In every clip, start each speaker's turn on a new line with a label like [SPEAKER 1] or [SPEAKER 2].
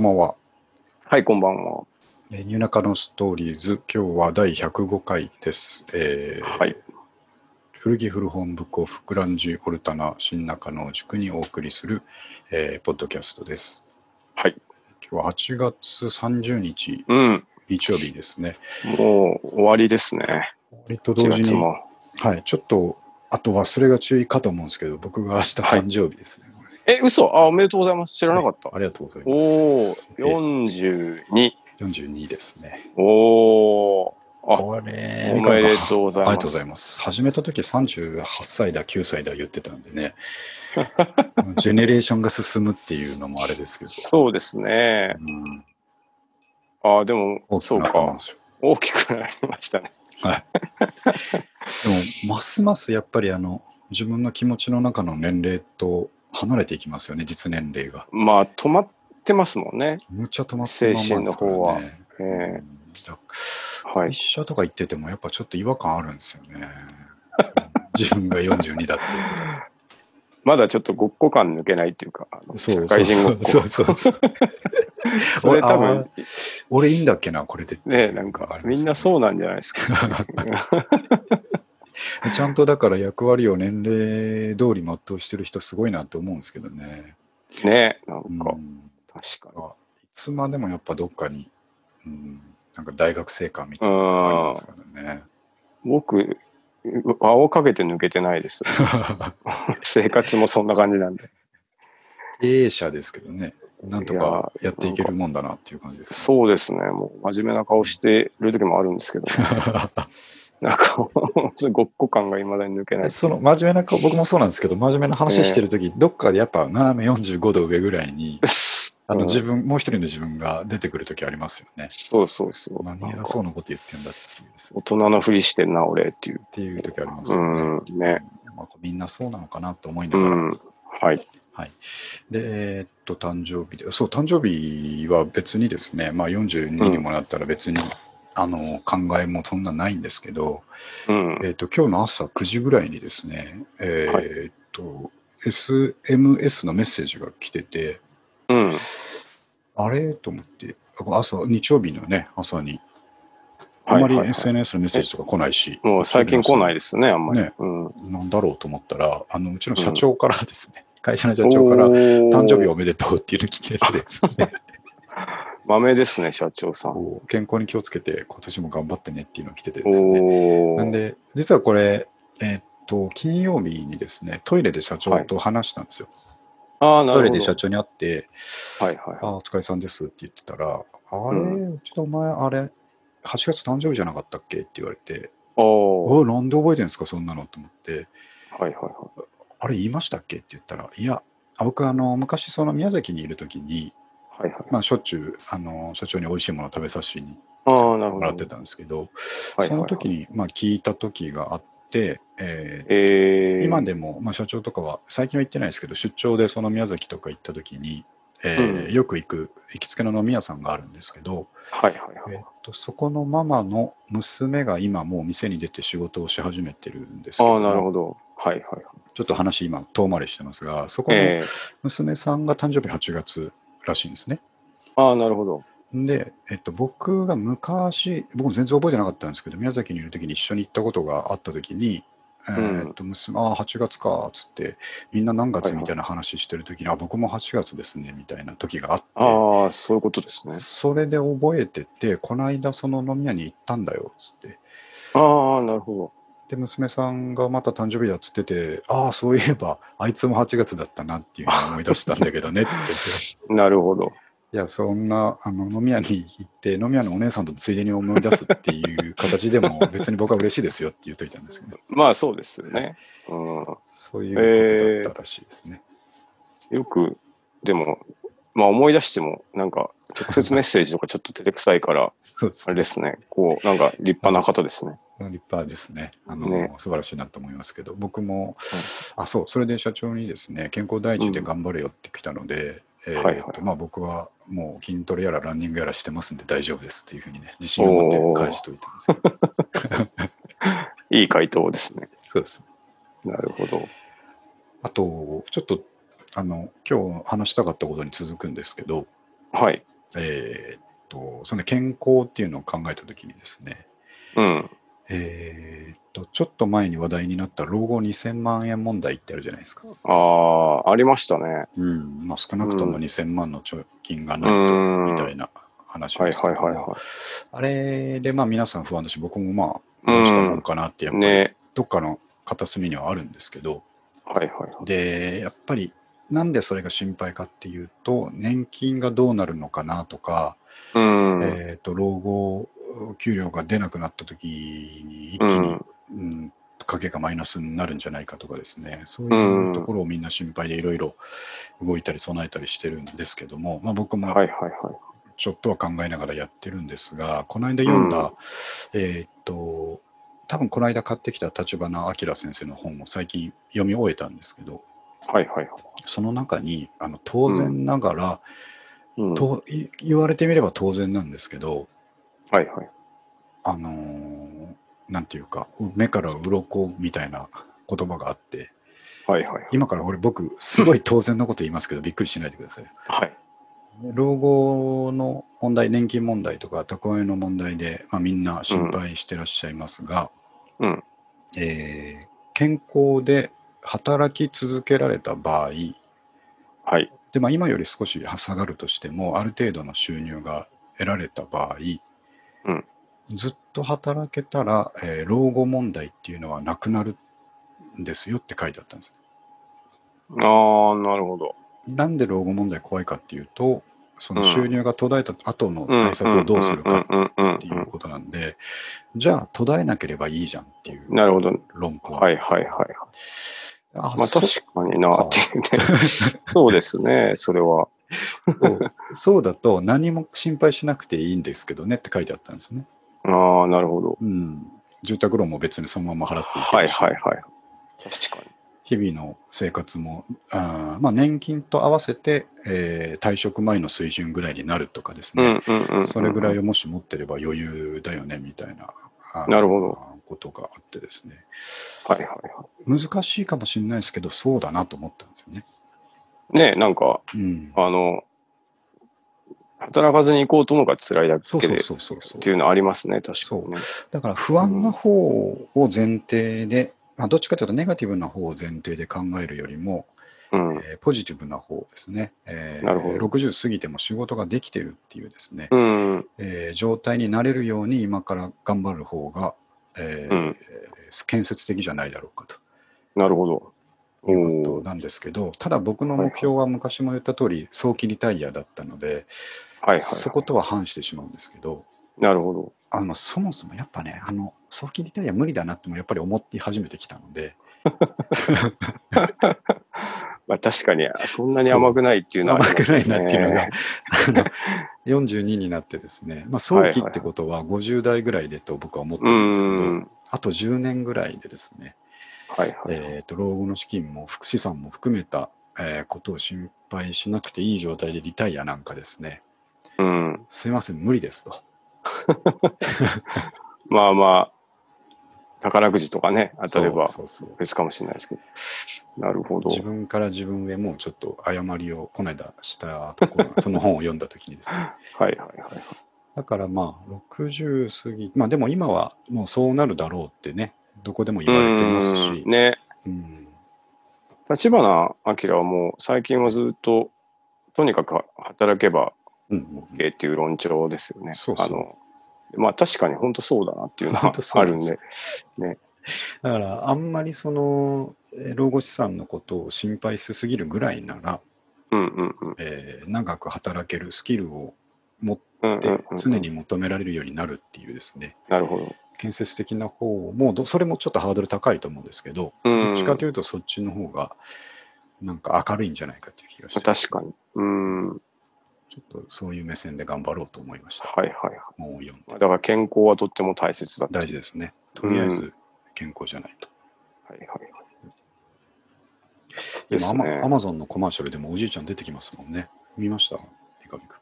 [SPEAKER 1] ばんは。
[SPEAKER 2] はい、こんばんは。
[SPEAKER 1] えーニューナカのストーリーズ、今日は第105回です。えー
[SPEAKER 2] はい。
[SPEAKER 1] 古着古本ブックオフ、グランジオルタナ、新中野を軸にお送りする、えーポッドキャストです。
[SPEAKER 2] はい。
[SPEAKER 1] 今日は8月30日、
[SPEAKER 2] う
[SPEAKER 1] 日曜日ですね。
[SPEAKER 2] ん。もう終わりですね。
[SPEAKER 1] えっと、同
[SPEAKER 2] 1
[SPEAKER 1] 時
[SPEAKER 2] 月
[SPEAKER 1] に、
[SPEAKER 2] も。
[SPEAKER 1] はい、ちょっと、あと忘れが注意かと思うんですけど、僕が明日
[SPEAKER 2] はい
[SPEAKER 1] 誕生日ですね。これ
[SPEAKER 2] え、嘘あ、おめでとうございます。知らなかった。
[SPEAKER 1] ありがとうござい
[SPEAKER 2] お
[SPEAKER 1] ま
[SPEAKER 2] お
[SPEAKER 1] す。え
[SPEAKER 2] 42。
[SPEAKER 1] 42ですね。
[SPEAKER 2] おおあ
[SPEAKER 1] これ
[SPEAKER 2] おめでとうございます
[SPEAKER 1] ありがとうございます。始めた時38歳だ、9歳だ言ってたんでね。 ジェネレーションが進むっていうのもあれですけど。
[SPEAKER 2] そうですね。
[SPEAKER 1] うん、
[SPEAKER 2] あ、でも、
[SPEAKER 1] 大き
[SPEAKER 2] そ
[SPEAKER 1] く
[SPEAKER 2] う
[SPEAKER 1] なったん
[SPEAKER 2] か
[SPEAKER 1] で。すよ。
[SPEAKER 2] 大きくなりましたね。
[SPEAKER 1] でも、ますますやっぱりあの、自分の気持ちの中の年齢と離れていきますよね、実年齢が。
[SPEAKER 2] まあ、止まってますもんね。
[SPEAKER 1] むっちゃ止まってまんまですから
[SPEAKER 2] 精神の方は
[SPEAKER 1] ね。う
[SPEAKER 2] え
[SPEAKER 1] ん
[SPEAKER 2] え
[SPEAKER 1] だ
[SPEAKER 2] はい
[SPEAKER 1] 一。緒とか言ってても、やっぱちょっと違和感あるんですよ ね。自分が42だっていうことに
[SPEAKER 2] まだちょっとごっこ感抜けないっていうか、あの
[SPEAKER 1] そ
[SPEAKER 2] 社
[SPEAKER 1] うそ
[SPEAKER 2] 会
[SPEAKER 1] う
[SPEAKER 2] 人
[SPEAKER 1] そ
[SPEAKER 2] ごっ
[SPEAKER 1] う
[SPEAKER 2] こ。
[SPEAKER 1] そうそうそう。
[SPEAKER 2] それ多
[SPEAKER 1] 俺あ
[SPEAKER 2] 分、
[SPEAKER 1] 俺いいんだっけな、これでって
[SPEAKER 2] ね、なんか、みんなそうなんじゃないですか。
[SPEAKER 1] う。 ちゃんとだから役割を年齢通り全うしてる人すごいなと思うんですけどね。
[SPEAKER 2] ね、なん
[SPEAKER 1] うん、
[SPEAKER 2] か、確か
[SPEAKER 1] いつまでもやっぱどっかに、うん、なんか大学生感みた
[SPEAKER 2] に。う
[SPEAKER 1] いなのがあり
[SPEAKER 2] ん
[SPEAKER 1] ま。すからね。
[SPEAKER 2] 僕、青かけて抜けてな いです。生活もそんな感じなんで。
[SPEAKER 1] 経営者ですけどね、なんとかやっていけるもんだなっていう感じです、ね。
[SPEAKER 2] そうですね。もう真面目な顔してる時もあるんですけど、 なんか、ごっこ感がいまだに抜けない。
[SPEAKER 1] その真面目な顔、僕もそうなんですけど、真面目な話してるとき、どっかでやっぱ斜め45度上ぐらいに、あの
[SPEAKER 2] うん
[SPEAKER 1] 自分、もう一人の自分が出てくるときありますよね。
[SPEAKER 2] そうそうそう。
[SPEAKER 1] 何偉そうなこと言ってんだっていうです
[SPEAKER 2] 大人のふりしてんな、俺っていう。
[SPEAKER 1] っていうときありますよね。
[SPEAKER 2] うん、ね。
[SPEAKER 1] まあ、みんなそうなのかなと思いな
[SPEAKER 2] う
[SPEAKER 1] がら。
[SPEAKER 2] ん。はい。
[SPEAKER 1] で、えーっと、誕生日で、そう、誕生日は別にですね、まあ42にもなったら別に、あの、考えもそんなないんですけど、
[SPEAKER 2] うん。
[SPEAKER 1] えーっと、今日の朝9時ぐらいにですね、え
[SPEAKER 2] はい
[SPEAKER 1] ーっと、SMS のメッセージが来てて、
[SPEAKER 2] うん。
[SPEAKER 1] あれと思って、朝、日曜日のね、朝に、あんまり
[SPEAKER 2] はいはいはい
[SPEAKER 1] SNS のメッセージとか来ないし、
[SPEAKER 2] もう最近来ないですね、あんまり。
[SPEAKER 1] ね
[SPEAKER 2] うん。
[SPEAKER 1] なんだろうと思ったら、あのうちの社長からですね、会社の社長から、誕生日
[SPEAKER 2] を。
[SPEAKER 1] おめでとうっていうの来ててです ね、
[SPEAKER 2] 豆ですね、社長さん。
[SPEAKER 1] こう健康に気をつけて、今年も頑張ってねっていうの来ててですね。
[SPEAKER 2] お
[SPEAKER 1] な
[SPEAKER 2] ー
[SPEAKER 1] んで、実はこれ、えーっと、金曜日にですね、トイレで社長と話したんですよ。
[SPEAKER 2] ああ、な
[SPEAKER 1] トイ
[SPEAKER 2] る
[SPEAKER 1] レ
[SPEAKER 2] ほ
[SPEAKER 1] で
[SPEAKER 2] ど。
[SPEAKER 1] 社長に会って、
[SPEAKER 2] はいはい
[SPEAKER 1] あ
[SPEAKER 2] はい。
[SPEAKER 1] お疲れさんですって言ってたら、あれ、
[SPEAKER 2] う
[SPEAKER 1] うちのお前、あれ、8月誕生日じゃなかったっけって言われて、
[SPEAKER 2] おー
[SPEAKER 1] おなんで覚えてるんですか、そんなのと思って、
[SPEAKER 2] はいはいは
[SPEAKER 1] あれ言いましたっけって言ったら、いや、あ僕、あの、昔、その宮崎にいるときに、
[SPEAKER 2] い。はいはい。
[SPEAKER 1] まあ、しょっちゅう、あの、社長に美味しいものを食べさせて
[SPEAKER 2] ああ、なるほ
[SPEAKER 1] もらっ
[SPEAKER 2] ど
[SPEAKER 1] て。たんですけど、
[SPEAKER 2] はいはいはい
[SPEAKER 1] その時に、まあ、聞いた時があって、えー
[SPEAKER 2] えー、
[SPEAKER 1] 今でも、まあ、社長とかは、最近は行ってないですけど、出張でその宮崎とか行った時に、えー
[SPEAKER 2] うん
[SPEAKER 1] よく行く、行きつけの飲み屋さんがあるんですけど、
[SPEAKER 2] はいはい
[SPEAKER 1] え
[SPEAKER 2] はい。
[SPEAKER 1] っとそこのママの娘が今もう店に出て仕事をし始めてるんですけ
[SPEAKER 2] あ
[SPEAKER 1] ど
[SPEAKER 2] あ、なる
[SPEAKER 1] も、
[SPEAKER 2] ほど。はいはいはい。
[SPEAKER 1] ちょっと話今遠回りしてますが、そこの
[SPEAKER 2] ええ
[SPEAKER 1] 娘さんが誕生日8月らしいんですね。
[SPEAKER 2] ああ、なるほど。
[SPEAKER 1] で、えっと、僕が昔、僕も全然覚えてなかったんですけど、宮崎にいる時に一緒に行ったことがあった時に、え
[SPEAKER 2] ん
[SPEAKER 1] ーっと娘ああ、8月か、つって、みんな何月みたいな話してる時に、あ、僕も8月ですね、みたいな時があって、
[SPEAKER 2] ああ、そういうことですね。
[SPEAKER 1] それで覚えてて、この間その飲み屋に行ったんだよ、つって。
[SPEAKER 2] ああ、なるほ
[SPEAKER 1] で、娘さんがまた誕生日だっつってて、ああ、そういえば、あいつも8月だったなっていうのを思い出したんだけどね、つってて。
[SPEAKER 2] ど。なるほど。
[SPEAKER 1] いや、そんな、あの、飲み屋に行って、飲み屋のお姉さんとついでに思い出すっていう形でも、別に僕は嬉しいですよって言っといたんですけど、
[SPEAKER 2] まあそうですよね。う
[SPEAKER 1] そういうことだったらしいですね。
[SPEAKER 2] ん、よく、でも、まあ思い出しても、なんか、直接メッセージとかちょっと照れくさいから、
[SPEAKER 1] そうです
[SPEAKER 2] あれ
[SPEAKER 1] ね。
[SPEAKER 2] ですね。こう、なんか立派な方ですね。
[SPEAKER 1] 立派ですね。あの、
[SPEAKER 2] ね
[SPEAKER 1] 素晴らしいなと思いますけど、僕も、あ、そう、それで社長にですね、健康第一で頑張れよって来たので、えー
[SPEAKER 2] はいはい
[SPEAKER 1] とまあ僕はもう筋トレやらランニングやらしてますんで大丈夫ですっていうふうにね、自信を持って返しておいたんですけど、
[SPEAKER 2] いい回答ですね。
[SPEAKER 1] そうです
[SPEAKER 2] なるほど。
[SPEAKER 1] あと、ちょっと、あの、今日話したかったことに続くんですけど、
[SPEAKER 2] はい。
[SPEAKER 1] えーっと、その健康っていうのを考えたときにですね、
[SPEAKER 2] うん。
[SPEAKER 1] えーっと、ちょっと前に話題になった老後2000万円問題ってあるじゃないですか。
[SPEAKER 2] ああ、ありましたね。
[SPEAKER 1] うん、まあ少なくとも2000万の貯金が
[SPEAKER 2] う
[SPEAKER 1] ないと、
[SPEAKER 2] ーん。
[SPEAKER 1] みた
[SPEAKER 2] はい
[SPEAKER 1] いな話
[SPEAKER 2] はい
[SPEAKER 1] ですけ
[SPEAKER 2] は
[SPEAKER 1] ど
[SPEAKER 2] い
[SPEAKER 1] も、
[SPEAKER 2] は
[SPEAKER 1] あれでまあ皆さん不安だし、僕もま
[SPEAKER 2] う
[SPEAKER 1] あ、
[SPEAKER 2] ん
[SPEAKER 1] どうしたもんかなって、やっ
[SPEAKER 2] い。
[SPEAKER 1] ぱり
[SPEAKER 2] ね。
[SPEAKER 1] どっかの片隅にはあるんですけど、
[SPEAKER 2] はいはいはい。
[SPEAKER 1] で、やっぱりなんでそれが心配かっていうと、年金がどうなるのかなとか、
[SPEAKER 2] うん。
[SPEAKER 1] えーと老後、給料が出なくなった時に一気
[SPEAKER 2] う
[SPEAKER 1] に
[SPEAKER 2] ん、
[SPEAKER 1] うん、家計がマイナスになるんじゃないかとかですね、そう
[SPEAKER 2] う
[SPEAKER 1] い
[SPEAKER 2] ん
[SPEAKER 1] うところをみんな心配でいろいろ動いたり備えたりしてるんですけども、まあ、僕も
[SPEAKER 2] はいはいはい。
[SPEAKER 1] ちょっとは考えながらやってるんですが、この間読んだ、
[SPEAKER 2] うん
[SPEAKER 1] えーっと、多分この間買ってきた立花明先生の本を最近読み終えたんですけど、
[SPEAKER 2] はいはいはい。
[SPEAKER 1] その中に、あの当然ながら、
[SPEAKER 2] うん、はい
[SPEAKER 1] とい言われてみれば当然なんですけど、
[SPEAKER 2] はい。
[SPEAKER 1] あのーなんていうか、目から鱗みたいな言葉があって、
[SPEAKER 2] はいはい。
[SPEAKER 1] 今から俺、僕、すごい当然のこと言いますけど、びっくりしないでください。
[SPEAKER 2] はい。
[SPEAKER 1] 老後の問題、年金問題とか、蓄えの問題で、まあ、みんな心配してらっしゃいますが、
[SPEAKER 2] うん
[SPEAKER 1] えー健康で働き続けられた場合、
[SPEAKER 2] はい。
[SPEAKER 1] でまあ、今より少し下がるとしても、ある程度の収入が得られた場合、
[SPEAKER 2] うん
[SPEAKER 1] ずっと働けたら、えー老後問題っていうのはなくなるんですよって書いてあったんです。
[SPEAKER 2] ああ、なるほど。
[SPEAKER 1] なんで老後問題怖いかっていうと、その
[SPEAKER 2] うん
[SPEAKER 1] 収入が途絶えた後の対策をどうするか
[SPEAKER 2] うんうんうんうん
[SPEAKER 1] っていうことなんで、じゃあ途絶えなければいいじゃんっていう
[SPEAKER 2] なるほど。
[SPEAKER 1] 論考
[SPEAKER 2] はいはいはい
[SPEAKER 1] い。
[SPEAKER 2] はい。
[SPEAKER 1] あ、
[SPEAKER 2] まあ
[SPEAKER 1] そ
[SPEAKER 2] 確かになっていう ね。そうですね、それは。
[SPEAKER 1] うそうだと何も心配しなくていいんですけどねって書いてあったんですね。
[SPEAKER 2] ああ、なるほど。
[SPEAKER 1] うん。住宅ローンも別にそのまま払っていけ
[SPEAKER 2] は
[SPEAKER 1] る
[SPEAKER 2] い
[SPEAKER 1] し、
[SPEAKER 2] はいはい。確か
[SPEAKER 1] 日々の生活も、あーまあ、年金と合わせて、えー退職前の水準ぐらいになるとかです
[SPEAKER 2] に。う
[SPEAKER 1] ね、
[SPEAKER 2] んうんうんうん。
[SPEAKER 1] それぐらいをもし持ってれば余裕だよねみたいなあー
[SPEAKER 2] なるほど
[SPEAKER 1] ことがあってですね、
[SPEAKER 2] はいはいは
[SPEAKER 1] 難しいかもしれないですけど、そうだなと思ったんですよね。
[SPEAKER 2] い。ねなんか、
[SPEAKER 1] うん、
[SPEAKER 2] あの、働かずに行こうと思うが辛いだ
[SPEAKER 1] そう
[SPEAKER 2] け
[SPEAKER 1] そ
[SPEAKER 2] で
[SPEAKER 1] う
[SPEAKER 2] っ
[SPEAKER 1] そうそうそう
[SPEAKER 2] ていうのありますね、確かにね。
[SPEAKER 1] だから不安な方を前提で、まあ、どっちかというとネガティブな方を前提で考えるよりも、
[SPEAKER 2] うん。
[SPEAKER 1] えーポジティブな方ですね、えー
[SPEAKER 2] なるほど
[SPEAKER 1] 60過ぎても仕事ができてるっていうですね、
[SPEAKER 2] うん。
[SPEAKER 1] えー状態になれるように今から頑張る方が、えー
[SPEAKER 2] うん
[SPEAKER 1] 建設的じゃないだろうかと。
[SPEAKER 2] なるほど。お
[SPEAKER 1] いうこと
[SPEAKER 2] おー。
[SPEAKER 1] なんですけどただ僕の目標は昔も言った通り早期リタイアだったので、
[SPEAKER 2] はいはい。
[SPEAKER 1] そことは反してしまうんですけど
[SPEAKER 2] なるほど。
[SPEAKER 1] あのそもそもやっぱねあの早期リタイア無理だなってもやっぱり思って始めてきたので、
[SPEAKER 2] まあ確かに、そんなに甘くないっていうのはあり
[SPEAKER 1] 甘
[SPEAKER 2] ま
[SPEAKER 1] く
[SPEAKER 2] す
[SPEAKER 1] な
[SPEAKER 2] ね、
[SPEAKER 1] いなっていうのが、あ の42になってですね、まあ、早期ってことは50代ぐらいでと僕は思って
[SPEAKER 2] う
[SPEAKER 1] るんですけど、
[SPEAKER 2] ん。
[SPEAKER 1] あと10年ぐらいでですね、
[SPEAKER 2] はいはい。
[SPEAKER 1] えーと老後の資金も福祉産も含めた、えーことを心配しなくていい状態でリタイアなんかですね、
[SPEAKER 2] うん。
[SPEAKER 1] すいません、無理ですと。
[SPEAKER 2] まあまあ、宝くじとかね、当たれば
[SPEAKER 1] そうそうそう
[SPEAKER 2] 別かもしれないですけど。なるほど。
[SPEAKER 1] 自分から自分へもうちょっと誤りをこの間したところ、その本を読んだときにですね、
[SPEAKER 2] はいはいはい。
[SPEAKER 1] だからまあ60過ぎ、まあでも今はもうそうなるだろうってね、どこでも言われてますし
[SPEAKER 2] うん、ね、
[SPEAKER 1] うん、
[SPEAKER 2] 立花明はもう最近はずっと、とにかく働けば
[SPEAKER 1] うん、
[SPEAKER 2] OK っていう論調ですよね。
[SPEAKER 1] そうそう
[SPEAKER 2] あのまあ確かに本当そうだなっていうの
[SPEAKER 1] 本
[SPEAKER 2] は
[SPEAKER 1] 当そ
[SPEAKER 2] あ
[SPEAKER 1] うな
[SPEAKER 2] る
[SPEAKER 1] ん
[SPEAKER 2] ん
[SPEAKER 1] ですよ
[SPEAKER 2] で。
[SPEAKER 1] だからあんまりそのえー老後資産のことを心配しすぎるぐらいなら、
[SPEAKER 2] うんうんうん
[SPEAKER 1] えー長く働けるスキルを持っ
[SPEAKER 2] うんうんう
[SPEAKER 1] て
[SPEAKER 2] んうん。
[SPEAKER 1] 常に求められるようになるっていうですね、
[SPEAKER 2] なるほど。
[SPEAKER 1] 建設的な方もどそれもちょっとハードル高いと思うんですけど、
[SPEAKER 2] うん
[SPEAKER 1] どっちかというとそっちの方がなんか明るいんじゃないかという気がして、ちょ
[SPEAKER 2] 確かに。うん。はい
[SPEAKER 1] っとそういう目線で頑張ろうと思いました。
[SPEAKER 2] はいはい。
[SPEAKER 1] もう読んで
[SPEAKER 2] まあだから健康はとっても大切だ。
[SPEAKER 1] 大事ですね。とりあえず健康じゃないと。
[SPEAKER 2] はいはいはい。
[SPEAKER 1] 今
[SPEAKER 2] で
[SPEAKER 1] ア
[SPEAKER 2] す
[SPEAKER 1] マ、
[SPEAKER 2] ね
[SPEAKER 1] ア。マゾンのコマーシャルでもおじいちゃん出てきますもんね。見ました三上く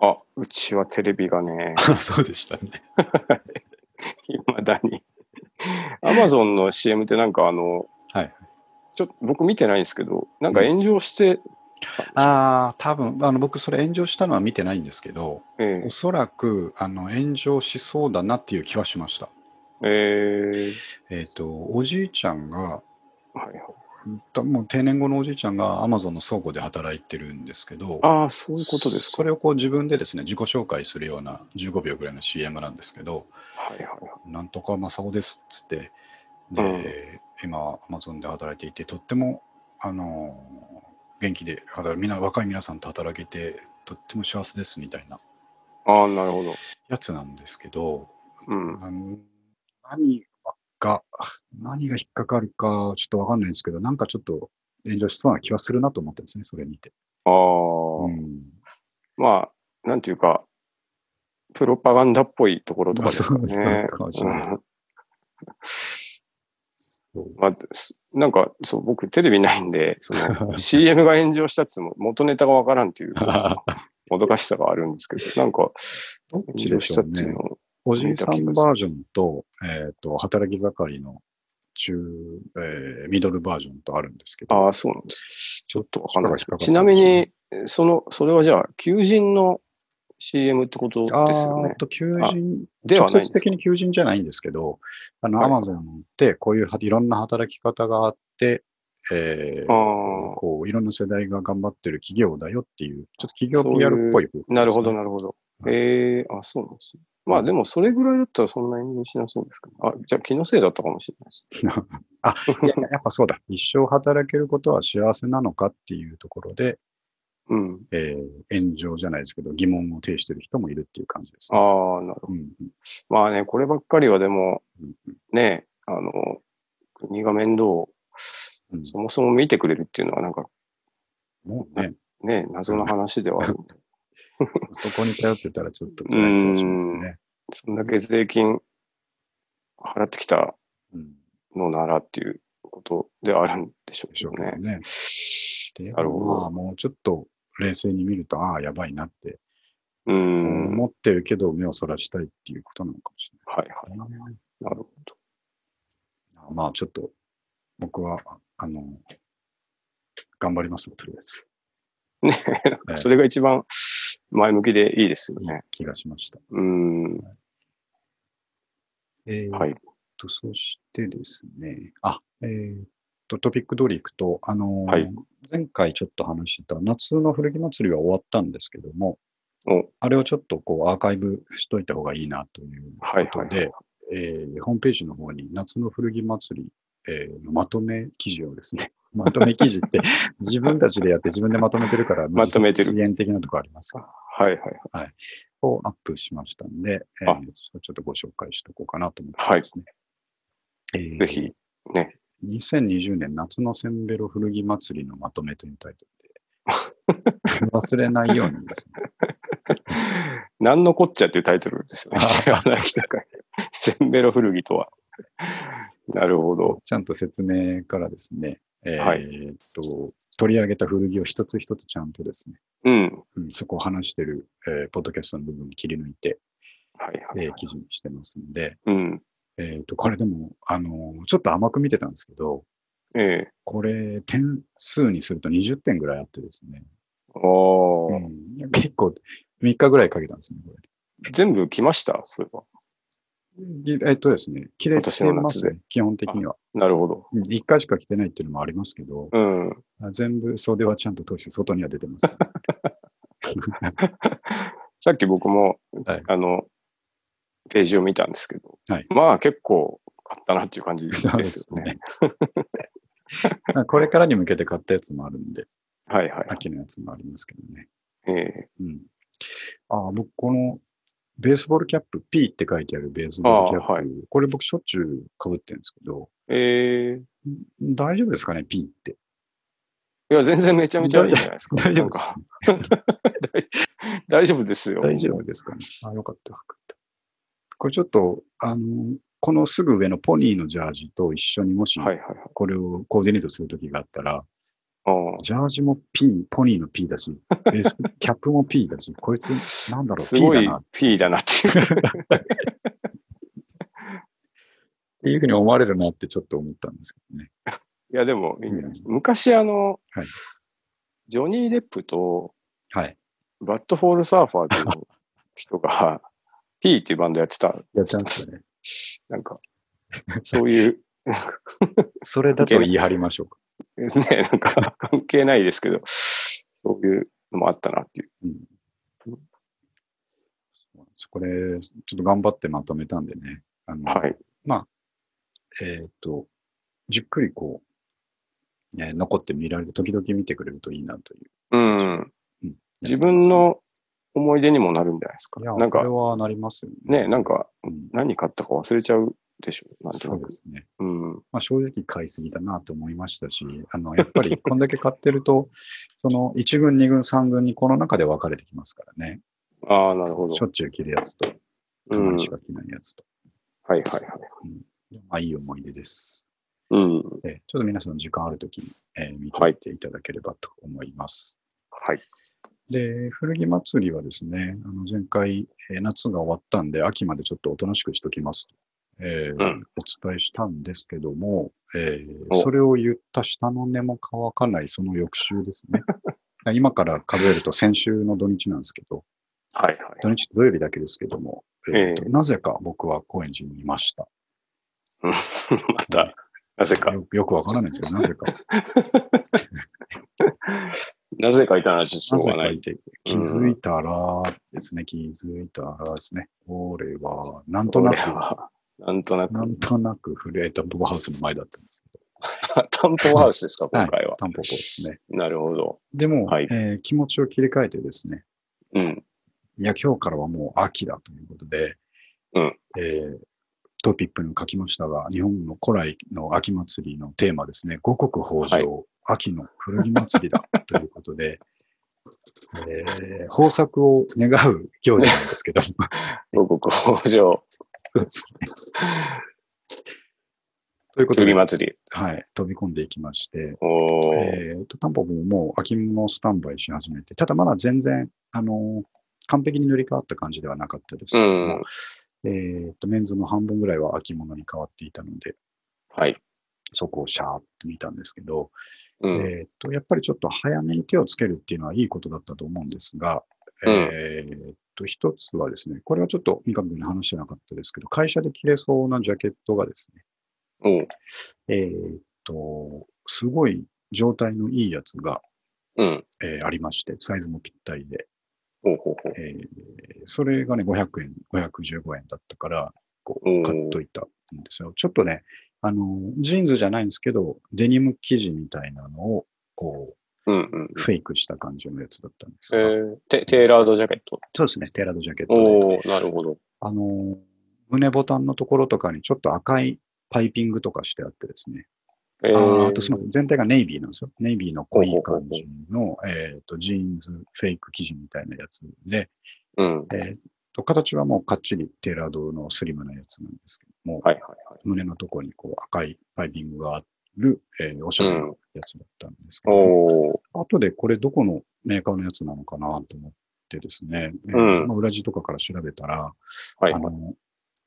[SPEAKER 2] あ、うちはテレビがね、
[SPEAKER 1] ん。そうでしたね。
[SPEAKER 2] いまだ に。アマゾンの CM ってなんかあの、
[SPEAKER 1] はい。
[SPEAKER 2] ちょっと僕見てないんですけど、なんか炎上して
[SPEAKER 1] ああ、多分あの僕、それ炎上したのは見てないんですけど、
[SPEAKER 2] え
[SPEAKER 1] おそらくあの炎上しそうだなっていう気はしました。
[SPEAKER 2] ええ
[SPEAKER 1] えっ、と、おじいちゃんが、
[SPEAKER 2] ーはいはい。
[SPEAKER 1] だもう定年後のおじいちゃんがアマゾンの倉庫で働いてるんですけど、
[SPEAKER 2] ああ、そういうことですか。
[SPEAKER 1] それをこう自分でですね、自己紹介するような15秒ぐらいの CM なんですけど、
[SPEAKER 2] はいはいはい。
[SPEAKER 1] なんとか正雄ですっつって、で、今、アマゾンで働いていて、とっても、あのー元気で働く、みんな若い皆さんと働けて、とっても幸せですみたいな
[SPEAKER 2] ああ、なるほど。
[SPEAKER 1] やつなんですけど、
[SPEAKER 2] うん。
[SPEAKER 1] あの何が、何が引っかかるか、ちょっとわかんないんですけど、なんかちょっと炎上しそうな気はするなと思ったんですね、それ見て。
[SPEAKER 2] ああ、
[SPEAKER 1] うん、
[SPEAKER 2] まあ、なんていうか、プロパガンダっぽいところとかですか
[SPEAKER 1] まあそう
[SPEAKER 2] ね。
[SPEAKER 1] そうかもしれない
[SPEAKER 2] うん
[SPEAKER 1] そう
[SPEAKER 2] まあ、すなんか、そう、僕、テレビないんで、そ の CM が炎上したっつうのも元ネタがわからんっていう、もどかしさがあるんですけど、なんか、
[SPEAKER 1] どっち
[SPEAKER 2] 炎上
[SPEAKER 1] で
[SPEAKER 2] し
[SPEAKER 1] しょ
[SPEAKER 2] た
[SPEAKER 1] う
[SPEAKER 2] っていう
[SPEAKER 1] ね
[SPEAKER 2] の。を、
[SPEAKER 1] おじいさんバージョンと、えっ、と、働き盛りの中、えーミドルバージョンとあるんですけど、
[SPEAKER 2] ああ、そうなんです。ちょっとわかんないですけど。
[SPEAKER 1] ちょっ
[SPEAKER 2] ち
[SPEAKER 1] と
[SPEAKER 2] な
[SPEAKER 1] わかんな
[SPEAKER 2] み
[SPEAKER 1] いです
[SPEAKER 2] に
[SPEAKER 1] ね、
[SPEAKER 2] その、それはじゃあ、求人の CM ってことですよ
[SPEAKER 1] ー
[SPEAKER 2] ね
[SPEAKER 1] っ。と、求人、
[SPEAKER 2] では
[SPEAKER 1] 直
[SPEAKER 2] ないんで
[SPEAKER 1] 接
[SPEAKER 2] すか
[SPEAKER 1] 的に求人じゃないんですけど、あの、
[SPEAKER 2] は
[SPEAKER 1] ア
[SPEAKER 2] い
[SPEAKER 1] マゾンってこういうはいろんな働き方があって、えー
[SPEAKER 2] あー
[SPEAKER 1] こう、いろんな世代が頑張ってる企業だよっていう、ちょっと企業
[SPEAKER 2] そういう
[SPEAKER 1] PR っぽい方向ですね
[SPEAKER 2] なるほど、なるほど。
[SPEAKER 1] はい
[SPEAKER 2] ええあ、そうなんですね。まあでも、それぐらいだったらそんなにしなそうですけど。あ、じゃあ気のせいだったかもしれないです。
[SPEAKER 1] あ、いややっぱそうだ。一生働けることは幸せなのかっていうところで、
[SPEAKER 2] うん。
[SPEAKER 1] えー炎上じゃないですけど、疑問を呈してる人もいるっていう感じですね。
[SPEAKER 2] ああ、なるほど。
[SPEAKER 1] うん、
[SPEAKER 2] まあね、こればっかりはでも
[SPEAKER 1] うん、
[SPEAKER 2] ね、あの、国が面倒を
[SPEAKER 1] うん
[SPEAKER 2] そもそも見てくれるっていうのはなんか
[SPEAKER 1] もうね、
[SPEAKER 2] ね、謎の話ではあるんで、
[SPEAKER 1] そこに頼ってたらちょっと辛い気がしますね。
[SPEAKER 2] そんだけ税金払ってきた
[SPEAKER 1] うん、
[SPEAKER 2] のならっていうことであるんでしょう
[SPEAKER 1] で
[SPEAKER 2] け
[SPEAKER 1] しょ
[SPEAKER 2] ど
[SPEAKER 1] うけど
[SPEAKER 2] ね。
[SPEAKER 1] ね。で
[SPEAKER 2] なるほど
[SPEAKER 1] まあ、もうちょっと冷静に見ると、ああ、やばいなって
[SPEAKER 2] うん。はい
[SPEAKER 1] 思ってるけど、目をそらしたいっていうことなのかもしれ
[SPEAKER 2] はい。
[SPEAKER 1] ないですね。
[SPEAKER 2] なるほど。
[SPEAKER 1] まあ、ちょっと、僕は、あの、頑張りますよ、とりあえず。
[SPEAKER 2] ね、なんか それが一番前向きでいいですよ
[SPEAKER 1] いい
[SPEAKER 2] ね。
[SPEAKER 1] 気がしました。
[SPEAKER 2] うん。
[SPEAKER 1] えー
[SPEAKER 2] はい。
[SPEAKER 1] と、そしてですね、あ、えーっと、トピック通り行くと、あのー
[SPEAKER 2] はい
[SPEAKER 1] 前回ちょっと話してた夏の古着祭りは終わったんですけども、
[SPEAKER 2] お
[SPEAKER 1] あれをちょっとこうアーカイブしといた方がいいなという
[SPEAKER 2] はい
[SPEAKER 1] こ
[SPEAKER 2] は
[SPEAKER 1] と
[SPEAKER 2] いはい
[SPEAKER 1] で、えーホームページの方に夏の古着祭り、えーのまとめ記事をですね、 まとめ記事 って自分たちでやって自分でまとめてるから、
[SPEAKER 2] まとめてる
[SPEAKER 1] 自己起源的なとこありますが
[SPEAKER 2] はいはいはい。
[SPEAKER 1] をアップしましたんで、えー
[SPEAKER 2] あ
[SPEAKER 1] それちょっとご紹介しておこうかなと思ってますね。えー
[SPEAKER 2] ぜひ。
[SPEAKER 1] 2020年夏のセンベロ古着祭りのまとめというタイト ルで、忘れないようにですね。
[SPEAKER 2] 何のこっちゃっていう タイトルですよね。
[SPEAKER 1] あ
[SPEAKER 2] 知らない人が。ゼンベロ古着とは。なるほど。
[SPEAKER 1] ちゃんと説明からですね、えー
[SPEAKER 2] はい
[SPEAKER 1] っと、取り上げた古着を一つ一つちゃんとですね、
[SPEAKER 2] うん。
[SPEAKER 1] うん、そこを話してる、えーポッドキャストの部分を切り抜いて、
[SPEAKER 2] はいは
[SPEAKER 1] え
[SPEAKER 2] い
[SPEAKER 1] ー
[SPEAKER 2] はい。
[SPEAKER 1] 記事にしてますんで、
[SPEAKER 2] うん。
[SPEAKER 1] えーっと、これでも、あのーちょっと甘く見てたんですけど、
[SPEAKER 2] ええ
[SPEAKER 1] これ、点数にすると20点ぐらいあってですね、
[SPEAKER 2] お
[SPEAKER 1] う
[SPEAKER 2] ー
[SPEAKER 1] ん、結構3日ぐらいかけたんですよね、これ。
[SPEAKER 2] 全部来ましたそういえば。
[SPEAKER 1] ぎえっとですね、切れてますね、基本的には。
[SPEAKER 2] なるほど。
[SPEAKER 1] うん一回しか着てないっていうのもありますけど、
[SPEAKER 2] うん。
[SPEAKER 1] あ全部袖はちゃんと通して外には出てます。
[SPEAKER 2] さっき僕も、
[SPEAKER 1] はい
[SPEAKER 2] あの、ページを見たんですけど、
[SPEAKER 1] はい
[SPEAKER 2] まあ結構買ったなっていう感じです
[SPEAKER 1] そ
[SPEAKER 2] よ
[SPEAKER 1] う
[SPEAKER 2] ね。
[SPEAKER 1] ですね。 まあこれからに向けて買ったやつもあるんで、
[SPEAKER 2] はいはい。
[SPEAKER 1] 秋のやつもありますけどね。
[SPEAKER 2] ええ
[SPEAKER 1] うん、あ僕、このベースボールキャップ、P って書いてあるベースボールキャップ、
[SPEAKER 2] あはい
[SPEAKER 1] これ僕しょっちゅう被ってるんですけど、
[SPEAKER 2] ええ
[SPEAKER 1] ん大丈夫ですかね、P って。
[SPEAKER 2] いや、全然めちゃめちゃいいんじゃないですか。
[SPEAKER 1] 大丈夫です
[SPEAKER 2] なん
[SPEAKER 1] か
[SPEAKER 2] か大丈夫ですよ。
[SPEAKER 1] 大丈夫ですかね。あ、よかった、よかった。これちょっと、あの、このすぐ上のポニーのジャージと一緒にもし、
[SPEAKER 2] はいはいはい。
[SPEAKER 1] これをコーディネートするときがあったら、
[SPEAKER 2] あ
[SPEAKER 1] ジャージも P、ポニーの P だし、ベースキャップも P だし、こいつ、なんだ
[SPEAKER 2] あ
[SPEAKER 1] ろう、
[SPEAKER 2] す
[SPEAKER 1] P
[SPEAKER 2] ご
[SPEAKER 1] だ
[SPEAKER 2] い
[SPEAKER 1] なっ
[SPEAKER 2] P だなっていう。
[SPEAKER 1] ていうふうに思われるなってちょっと思ったんですけどね。
[SPEAKER 2] いや、でもいいんじゃないですか。昔、あの、
[SPEAKER 1] はい
[SPEAKER 2] ジョニー・デップと、
[SPEAKER 1] はい。
[SPEAKER 2] バッドフォール・サーファーズの人 が、P っていうバンドやってた、
[SPEAKER 1] やっちゃうんですよね。
[SPEAKER 2] なんか、そういう、
[SPEAKER 1] それだと言い張りましょうか。
[SPEAKER 2] ね、なんか関係ないですけど、そういうのもあったなっていう。
[SPEAKER 1] そこで、ちょっと頑張ってまとめたんでね。あの
[SPEAKER 2] はい。
[SPEAKER 1] えっ、と、じっくりこう、ね、残って見られる、時々見てくれるといいなという。
[SPEAKER 2] うん。自分の思い出にもなるんじゃないですか。
[SPEAKER 1] いや、
[SPEAKER 2] なん
[SPEAKER 1] これ
[SPEAKER 2] か、
[SPEAKER 1] はなりますよね。
[SPEAKER 2] ね、なんか、
[SPEAKER 1] うん、
[SPEAKER 2] 何買ったか忘れちゃうでしょ。なんと
[SPEAKER 1] そ
[SPEAKER 2] な
[SPEAKER 1] う
[SPEAKER 2] く
[SPEAKER 1] で。すね。
[SPEAKER 2] うん。
[SPEAKER 1] まあ、正直買いすぎだなと思いましたし、あの、やっぱりこんだけ買ってると、その1軍、2軍、3軍にこの中で分かれてきますからね。
[SPEAKER 2] ああ、なるほ
[SPEAKER 1] し
[SPEAKER 2] ど
[SPEAKER 1] ょ。っちゅう着るやつと、
[SPEAKER 2] う
[SPEAKER 1] た
[SPEAKER 2] ん。
[SPEAKER 1] まに
[SPEAKER 2] はい
[SPEAKER 1] しか着ないやつと。
[SPEAKER 2] はいはい。
[SPEAKER 1] まあ、いい思い出です。
[SPEAKER 2] うん。
[SPEAKER 1] えーちょっと皆さん時間あるときに、えー見て
[SPEAKER 2] はい
[SPEAKER 1] いていただければと思います。
[SPEAKER 2] はい。
[SPEAKER 1] で、古着祭りはですね、あの前回、えー夏が終わったんで、秋までちょっとおとなしくしときますと、えー
[SPEAKER 2] うん
[SPEAKER 1] お伝えしたんですけども、えー
[SPEAKER 2] お
[SPEAKER 1] それを言った下の根も乾かないその翌週です ね。今から数えると先週の土日なんですけど、
[SPEAKER 2] はいはい。
[SPEAKER 1] 土日土曜日だけですけども、えーと
[SPEAKER 2] え
[SPEAKER 1] なぜか僕は高円寺にいました。
[SPEAKER 2] うんまた、なぜか。
[SPEAKER 1] よよくわからないんですけど、なぜ か。
[SPEAKER 2] なぜかいたなしょ
[SPEAKER 1] な
[SPEAKER 2] う
[SPEAKER 1] ぜ
[SPEAKER 2] がな
[SPEAKER 1] か
[SPEAKER 2] い
[SPEAKER 1] い。て、気づいたらですね、気づいたらですね、俺は、なんと
[SPEAKER 2] こ
[SPEAKER 1] な
[SPEAKER 2] れ
[SPEAKER 1] く、
[SPEAKER 2] は、なんとなく。
[SPEAKER 1] なんとなく触れたボハウスの前だったんですけ
[SPEAKER 2] タンポハウスですか、
[SPEAKER 1] ど、
[SPEAKER 2] 今回
[SPEAKER 1] い、
[SPEAKER 2] は。
[SPEAKER 1] タンポポですね。
[SPEAKER 2] なるほど。
[SPEAKER 1] でも、
[SPEAKER 2] はい
[SPEAKER 1] えー気持ちを切り替えてですね、
[SPEAKER 2] うん。
[SPEAKER 1] いや、今日からはもう秋だということで、
[SPEAKER 2] うん
[SPEAKER 1] えートピップにも書きましたが、日本の古来の秋祭りのテーマですね、五穀豊穣、秋の古着祭りだということで、 えー豊作を願う行事なんです けど、
[SPEAKER 2] 五穀豊穣、
[SPEAKER 1] そうですね。ということ
[SPEAKER 2] 鳥
[SPEAKER 1] で、
[SPEAKER 2] 祭り。
[SPEAKER 1] はい、飛び込んでいきまして、
[SPEAKER 2] おー。
[SPEAKER 1] えー、と、タンポポももう秋物をスタンバイし始めて、ただまだ全然、あのー完璧に塗り替わった感じではなかったですけども、えーと、メンズの半分ぐらいは秋物に変わっていたので、
[SPEAKER 2] はい。
[SPEAKER 1] そこをシャーッと見たんですけど、
[SPEAKER 2] うん。
[SPEAKER 1] えーと、やっぱりちょっと早めに手をつけるっていうのはいいことだったと思うんですが、
[SPEAKER 2] うん
[SPEAKER 1] えーと、一つはですね、これはちょっと三上君に話してなかったですけど、会社で着れそうなジャケットがですね、
[SPEAKER 2] おう
[SPEAKER 1] えーっと、すごい状態のいいやつが、
[SPEAKER 2] うん。
[SPEAKER 1] えーありまして、サイズもぴったりで、
[SPEAKER 2] ほうほうほう。
[SPEAKER 1] えーそれがね、500円、515円だったから、こ
[SPEAKER 2] お
[SPEAKER 1] う、
[SPEAKER 2] ー
[SPEAKER 1] 買っといたんですよ。ちょっとね、あの、ジーンズじゃないんですけど、デニム生地みたいなのを、こ
[SPEAKER 2] うんうん。
[SPEAKER 1] う、フェイクした感じのやつだったんです
[SPEAKER 2] え
[SPEAKER 1] が、
[SPEAKER 2] ー、テテーラードジャケット。
[SPEAKER 1] そうですね、テーラードジャケッ
[SPEAKER 2] お
[SPEAKER 1] トで、
[SPEAKER 2] ー、なるほど。
[SPEAKER 1] あの、胸ボタンのところとかにちょっと赤いパイピングとかしてあってですね、
[SPEAKER 2] え
[SPEAKER 1] あー
[SPEAKER 2] ー、
[SPEAKER 1] あとすみません、全体がネイビーなんですよ。ネイビーの濃い感じの、えっ、と、ジーンズ、フェイク生地みたいなやつで、
[SPEAKER 2] うん。はい
[SPEAKER 1] えーと、形はもうかっちりテーラードのスリムなやつなんですけども、
[SPEAKER 2] はいはい。
[SPEAKER 1] 胸のところにこう赤いパイピングがある、えーおし
[SPEAKER 2] う。
[SPEAKER 1] ゃれなんやつだったんですけど、
[SPEAKER 2] おー。
[SPEAKER 1] 後でこれどこのメーカーのやつなのかなと思ってですね、えー
[SPEAKER 2] うん
[SPEAKER 1] まあ、裏地とかから調べたら、
[SPEAKER 2] はい
[SPEAKER 1] あ
[SPEAKER 2] はい。
[SPEAKER 1] の、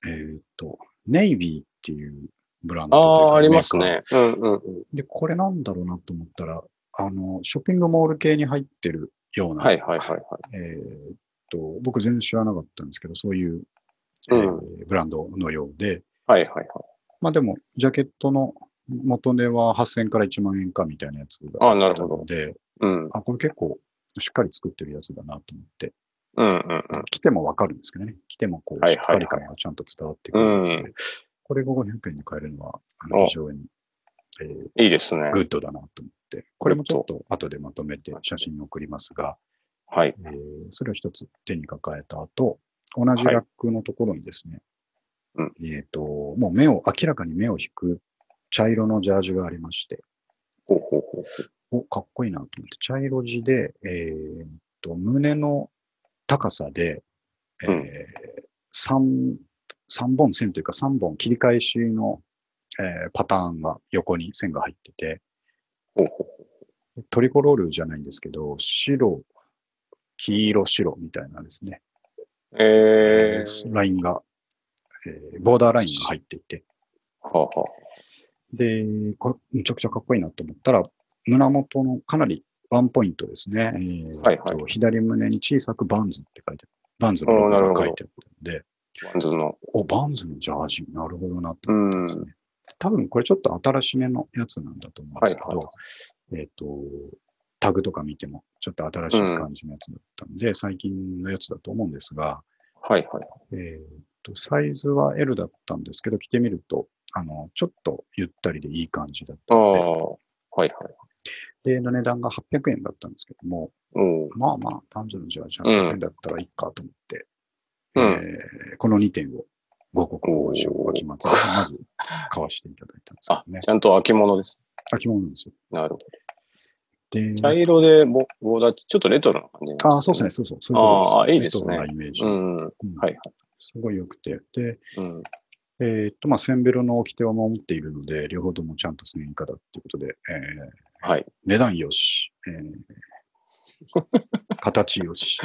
[SPEAKER 1] えっ、と、ネイビーっていうブランドという
[SPEAKER 2] あ
[SPEAKER 1] か
[SPEAKER 2] あ、あります
[SPEAKER 1] メーカー
[SPEAKER 2] ね。うんうんうん。
[SPEAKER 1] で、これなんだろうなと思ったら、あの、ショッピングモール系に入ってるような、
[SPEAKER 2] はいはいはいはい。
[SPEAKER 1] えーっと、僕全然知らなかったんですけど、そういう、え
[SPEAKER 2] う
[SPEAKER 1] ー
[SPEAKER 2] ん。
[SPEAKER 1] ブランドのようで、
[SPEAKER 2] はいはいはい。
[SPEAKER 1] まあでも、ジャケットの元値は8000から1万円かみたいなやつが
[SPEAKER 2] あ
[SPEAKER 1] あ
[SPEAKER 2] あ、な
[SPEAKER 1] っ
[SPEAKER 2] る
[SPEAKER 1] た
[SPEAKER 2] ほど
[SPEAKER 1] の。で、
[SPEAKER 2] うん。
[SPEAKER 1] あ、これ結構しっかり作ってるやつだなと思って、
[SPEAKER 2] うんうん
[SPEAKER 1] 着てもわかるんですけどね、着てもこう、
[SPEAKER 2] はい
[SPEAKER 1] しっ
[SPEAKER 2] はい
[SPEAKER 1] か
[SPEAKER 2] はい
[SPEAKER 1] り感がちゃんと伝わってくるんですけど、これが500円に買えるのは、あの
[SPEAKER 2] お
[SPEAKER 1] 非常に、えー
[SPEAKER 2] うん。いいですね
[SPEAKER 1] グ。ッドだなと思って、これもちょっと後でまとめて写真に送りますが、
[SPEAKER 2] はい。
[SPEAKER 1] えーそれを一つ手に抱えた後、同じラックのところにですね、
[SPEAKER 2] うん
[SPEAKER 1] えっ、と、もう目を、明らかに目を引く茶色のジャージがありまして、
[SPEAKER 2] ほうほうほう。
[SPEAKER 1] お、かっこいいなと思って、茶色地で、えーと、胸の高さで、えー
[SPEAKER 2] うん
[SPEAKER 1] 三三本線というか三本切り返しの、えーパターンが横に線が入ってて、
[SPEAKER 2] ほうほうほう。
[SPEAKER 1] トリコロールじゃないんですけど、白、黄色、白みたいなですね、
[SPEAKER 2] えー。
[SPEAKER 1] ラインが、えーボーダーラインが入っていて、
[SPEAKER 2] はあはあ。
[SPEAKER 1] で、これ、めちゃくちゃかっこいいなと思ったら、胸元のかなりワンポイントですね。えーと
[SPEAKER 2] はいはい
[SPEAKER 1] 左胸に小さくバンズって書いてある。バンズのロゴが書いてあるんで、
[SPEAKER 2] ワンズの。
[SPEAKER 1] お、バンズのジャージ、なるほどなって
[SPEAKER 2] う
[SPEAKER 1] 思
[SPEAKER 2] ん
[SPEAKER 1] っ。たんですね。多分これちょっと新しめのやつなんだと思うんですけど、
[SPEAKER 2] はい
[SPEAKER 1] えっ、と、タグとか見てもちょっと新しい感じのやつだったんで、最近のやつだと思うんですが、
[SPEAKER 2] はいはい。
[SPEAKER 1] えー、とサイズは L だったんですけど、着てみると、あの、ちょっとゆったりでいい感じだった
[SPEAKER 2] ああ、
[SPEAKER 1] ので、
[SPEAKER 2] はいはい。
[SPEAKER 1] で、の値段が800円だったんですけども、
[SPEAKER 2] おう
[SPEAKER 1] まあまあ、単純にじゃあ
[SPEAKER 2] う
[SPEAKER 1] 800
[SPEAKER 2] ん
[SPEAKER 1] 円だったらいいかと思って、
[SPEAKER 2] うん
[SPEAKER 1] えーこの2点を合国のしようが決まって、まず買わせていただいたんですけ
[SPEAKER 2] あ
[SPEAKER 1] どね、。
[SPEAKER 2] ちゃんと秋物です。
[SPEAKER 1] あ、着物なんですよ。
[SPEAKER 2] なるほど。
[SPEAKER 1] で、
[SPEAKER 2] 茶色でボボーダー、ちょっとレトロな感じなん
[SPEAKER 1] あ、そうですね、そうそう、そういうことです。
[SPEAKER 2] あーいいですね
[SPEAKER 1] レトロなイメージ。
[SPEAKER 2] うん。は
[SPEAKER 1] うん
[SPEAKER 2] いはい。
[SPEAKER 1] すごい良くて。で、
[SPEAKER 2] うん。
[SPEAKER 1] えーっと、まあ、センベロの掟を守っているので、両方ともちゃんと1000円以下だっていうことで、えー
[SPEAKER 2] はい。
[SPEAKER 1] 値段よし、え ー形よし、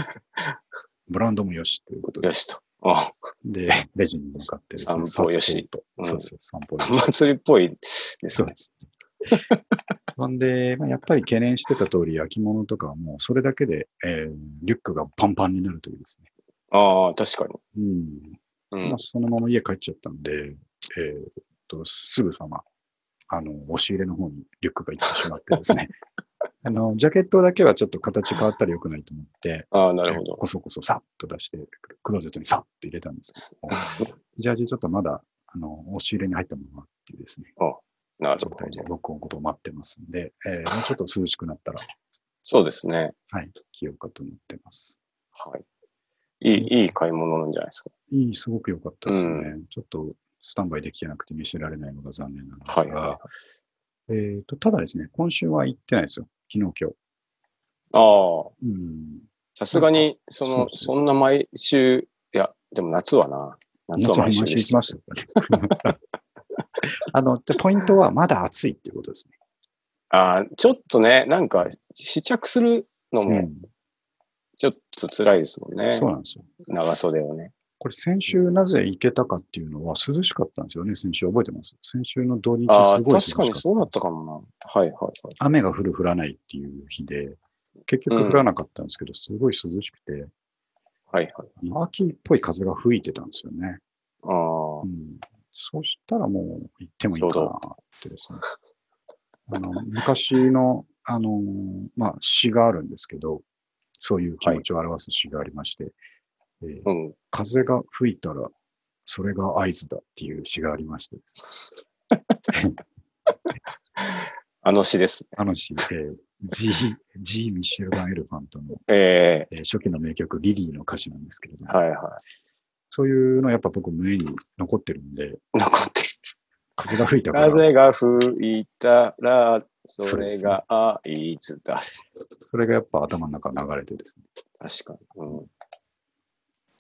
[SPEAKER 1] ブランドもよしということで
[SPEAKER 2] よ、しと。あ
[SPEAKER 1] で、レジに向かってですね、
[SPEAKER 2] 散歩よし
[SPEAKER 1] さっそうと、
[SPEAKER 2] うん
[SPEAKER 1] そうそう、散歩よし。
[SPEAKER 2] 祭りっぽいです
[SPEAKER 1] そう
[SPEAKER 2] ね
[SPEAKER 1] で。す。ほんで、まあ、やっぱり懸念してた通り、焼き物とかはもうそれだけで、えーリュックがパンパンになるというですね。
[SPEAKER 2] ああ、確かに。
[SPEAKER 1] うん。
[SPEAKER 2] うん
[SPEAKER 1] まあ、。そのまま家帰っちゃったんで、えーっと、すぐさま、あの、押し入れの方にリュックが行ってしまって ですね。あの、ジャケットだけはちょっと形変わったら良くないと思って、
[SPEAKER 2] ああ、なるほど。
[SPEAKER 1] こそこそさっと出して、クローゼットにさっと入れたんですけども、ジャージちょっとまだ、あの、押し入れに入ったままっていうですね、
[SPEAKER 2] なる
[SPEAKER 1] 状
[SPEAKER 2] ほ
[SPEAKER 1] 態で
[SPEAKER 2] ど。
[SPEAKER 1] 録音ことを待ってますんで、えーもうちょっと涼しくなったら、
[SPEAKER 2] そうですね。
[SPEAKER 1] はい、着ようかと思ってます。
[SPEAKER 2] はい。いい、いい買い物なんじゃないですか。
[SPEAKER 1] いい、すごく良かったですね。
[SPEAKER 2] う
[SPEAKER 1] ちょっとスタンバイできてなくて見せられないのが残念なんですが、
[SPEAKER 2] はいはいはい。
[SPEAKER 1] えー、とただですね、今週は行ってないですよ。昨日、今日。
[SPEAKER 2] ああ、
[SPEAKER 1] うん。
[SPEAKER 2] さすがに、そ
[SPEAKER 1] そう
[SPEAKER 2] の、
[SPEAKER 1] ですね
[SPEAKER 2] そんな毎週、いや、でも夏はな。夏は毎週
[SPEAKER 1] 毎週
[SPEAKER 2] で
[SPEAKER 1] 行き
[SPEAKER 2] す。
[SPEAKER 1] ました、ね。 あの、でポイントはまだ暑いっていうことですね。
[SPEAKER 2] ああ、ちょっとね、なんか、試着するのも、ちょっと辛いですもん
[SPEAKER 1] うん、
[SPEAKER 2] ね。
[SPEAKER 1] そうなんですよ。
[SPEAKER 2] 長袖をね。
[SPEAKER 1] これ先週なぜ行けたかっていうのは涼しかったんですよね。先週覚えてます。先週の土日
[SPEAKER 2] ああ、
[SPEAKER 1] すごい涼
[SPEAKER 2] 確
[SPEAKER 1] しか
[SPEAKER 2] か
[SPEAKER 1] った
[SPEAKER 2] に。そうだったかもな。はいはいはい。
[SPEAKER 1] 雨が降る降らないっていう日で、結局降らなかったんですけど、すごい涼しくて、
[SPEAKER 2] はいはい。
[SPEAKER 1] 秋っぽい風が吹いてたんですよね。
[SPEAKER 2] ああ
[SPEAKER 1] う、ん、そしたらもう行ってもいいかなってですね。 あの昔の、あのーまあ、詩があるんですけど、そういう気持ちを表す詩がありまして、えー
[SPEAKER 2] うん。
[SPEAKER 1] 風が吹いたら、それが合図だっていう詩がありましてですね
[SPEAKER 2] あの詩ですね。
[SPEAKER 1] あの詩、えー、G ・ ジミシェル・ガン・エルファントの、
[SPEAKER 2] え
[SPEAKER 1] えー初期の名曲、リリーの歌詞なんですけれど
[SPEAKER 2] え
[SPEAKER 1] も、
[SPEAKER 2] はいは
[SPEAKER 1] そういうのやっぱ僕胸に残ってるんで、
[SPEAKER 2] い。残ってる。
[SPEAKER 1] 風が吹いたから、
[SPEAKER 2] 風が吹いたら、そ
[SPEAKER 1] そうで
[SPEAKER 2] れ
[SPEAKER 1] すね
[SPEAKER 2] が合図だ。
[SPEAKER 1] それがやっぱ頭の中流れてですね
[SPEAKER 2] 確かに。うん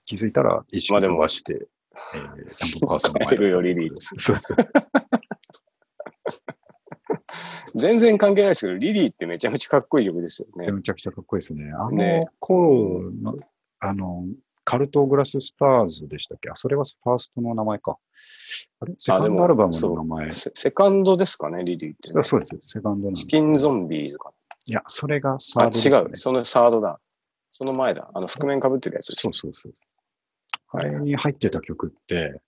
[SPEAKER 1] 気づいたら意識
[SPEAKER 2] まあでも
[SPEAKER 1] 飛ばして、え ー、ちゃんとお母さんの前だった
[SPEAKER 2] 帰るよリリー
[SPEAKER 1] です。そうそう。
[SPEAKER 2] 全然関係ないですけど、リリーってめちゃめちゃかっこいい曲ですよね。
[SPEAKER 1] めちゃくちゃかっこいいですね。あの
[SPEAKER 2] ね
[SPEAKER 1] 頃の、あの、カルトグラススターズでしたっけあ、それはファーストの名前か。あれセカ
[SPEAKER 2] で
[SPEAKER 1] ン
[SPEAKER 2] も
[SPEAKER 1] ドアルバムの名前。
[SPEAKER 2] セセカンドですかね、リリーってね、
[SPEAKER 1] そうそうです。セカンドなんです
[SPEAKER 2] チキンゾ
[SPEAKER 1] ン。
[SPEAKER 2] ンビーズか。
[SPEAKER 1] いや、それがサー
[SPEAKER 2] あ、
[SPEAKER 1] ドです、
[SPEAKER 2] 違
[SPEAKER 1] ね。
[SPEAKER 2] う。そのサードだ。その前だ。あの、覆面かぶってるやつです
[SPEAKER 1] そうそうそう。あれに入ってた曲って、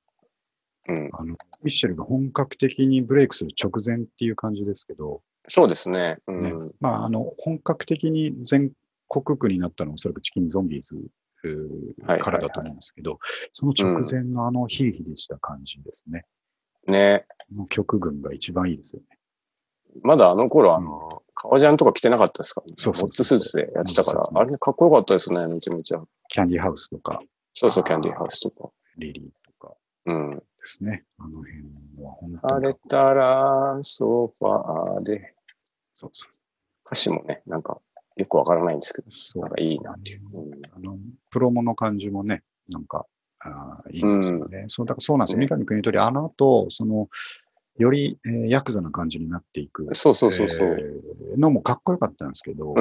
[SPEAKER 2] うん。
[SPEAKER 1] あの、ミッシェルが本格的にブレイクする直前っていう感じですけど、
[SPEAKER 2] そうですね。うん。
[SPEAKER 1] ねまあ、あの本格的に全国区になったのはおそらくチキンゾンビーズうー
[SPEAKER 2] はい
[SPEAKER 1] からだと思うんですけど、その直前のあのヒリヒリした感じですね。
[SPEAKER 2] ね。
[SPEAKER 1] の曲群が一番いいですよね。
[SPEAKER 2] まだあの頃、あ
[SPEAKER 1] う
[SPEAKER 2] の、革ジャンとか着てなかったですから、ね。
[SPEAKER 1] そうそう
[SPEAKER 2] モッツスーツでやってたか
[SPEAKER 1] モッツス
[SPEAKER 2] ら
[SPEAKER 1] ーツ、ね
[SPEAKER 2] あれねかっこよかったですね、めちゃめちゃ。
[SPEAKER 1] キャンディーハウスとか
[SPEAKER 2] そうそ
[SPEAKER 1] あ
[SPEAKER 2] う、
[SPEAKER 1] ー
[SPEAKER 2] キャンディーハウスとか。
[SPEAKER 1] リリーとか
[SPEAKER 2] うん。
[SPEAKER 1] ですね。あの辺は本当
[SPEAKER 2] 晴
[SPEAKER 1] に
[SPEAKER 2] れたら、ソファーで。
[SPEAKER 1] そうそう
[SPEAKER 2] 歌詞もね、なんか、よくわからないんですけど、
[SPEAKER 1] そう
[SPEAKER 2] なんかいいなっていう。うん
[SPEAKER 1] あのプロモの感じもね、なんか、あーいいですよね、そうだからそうなんですよ。
[SPEAKER 2] ね
[SPEAKER 1] 三上君の通り、あの後、その、より、えーヤクザな感じになっていく、
[SPEAKER 2] そうそうそうそう。
[SPEAKER 1] えーのもかっこよかったんですけど、
[SPEAKER 2] う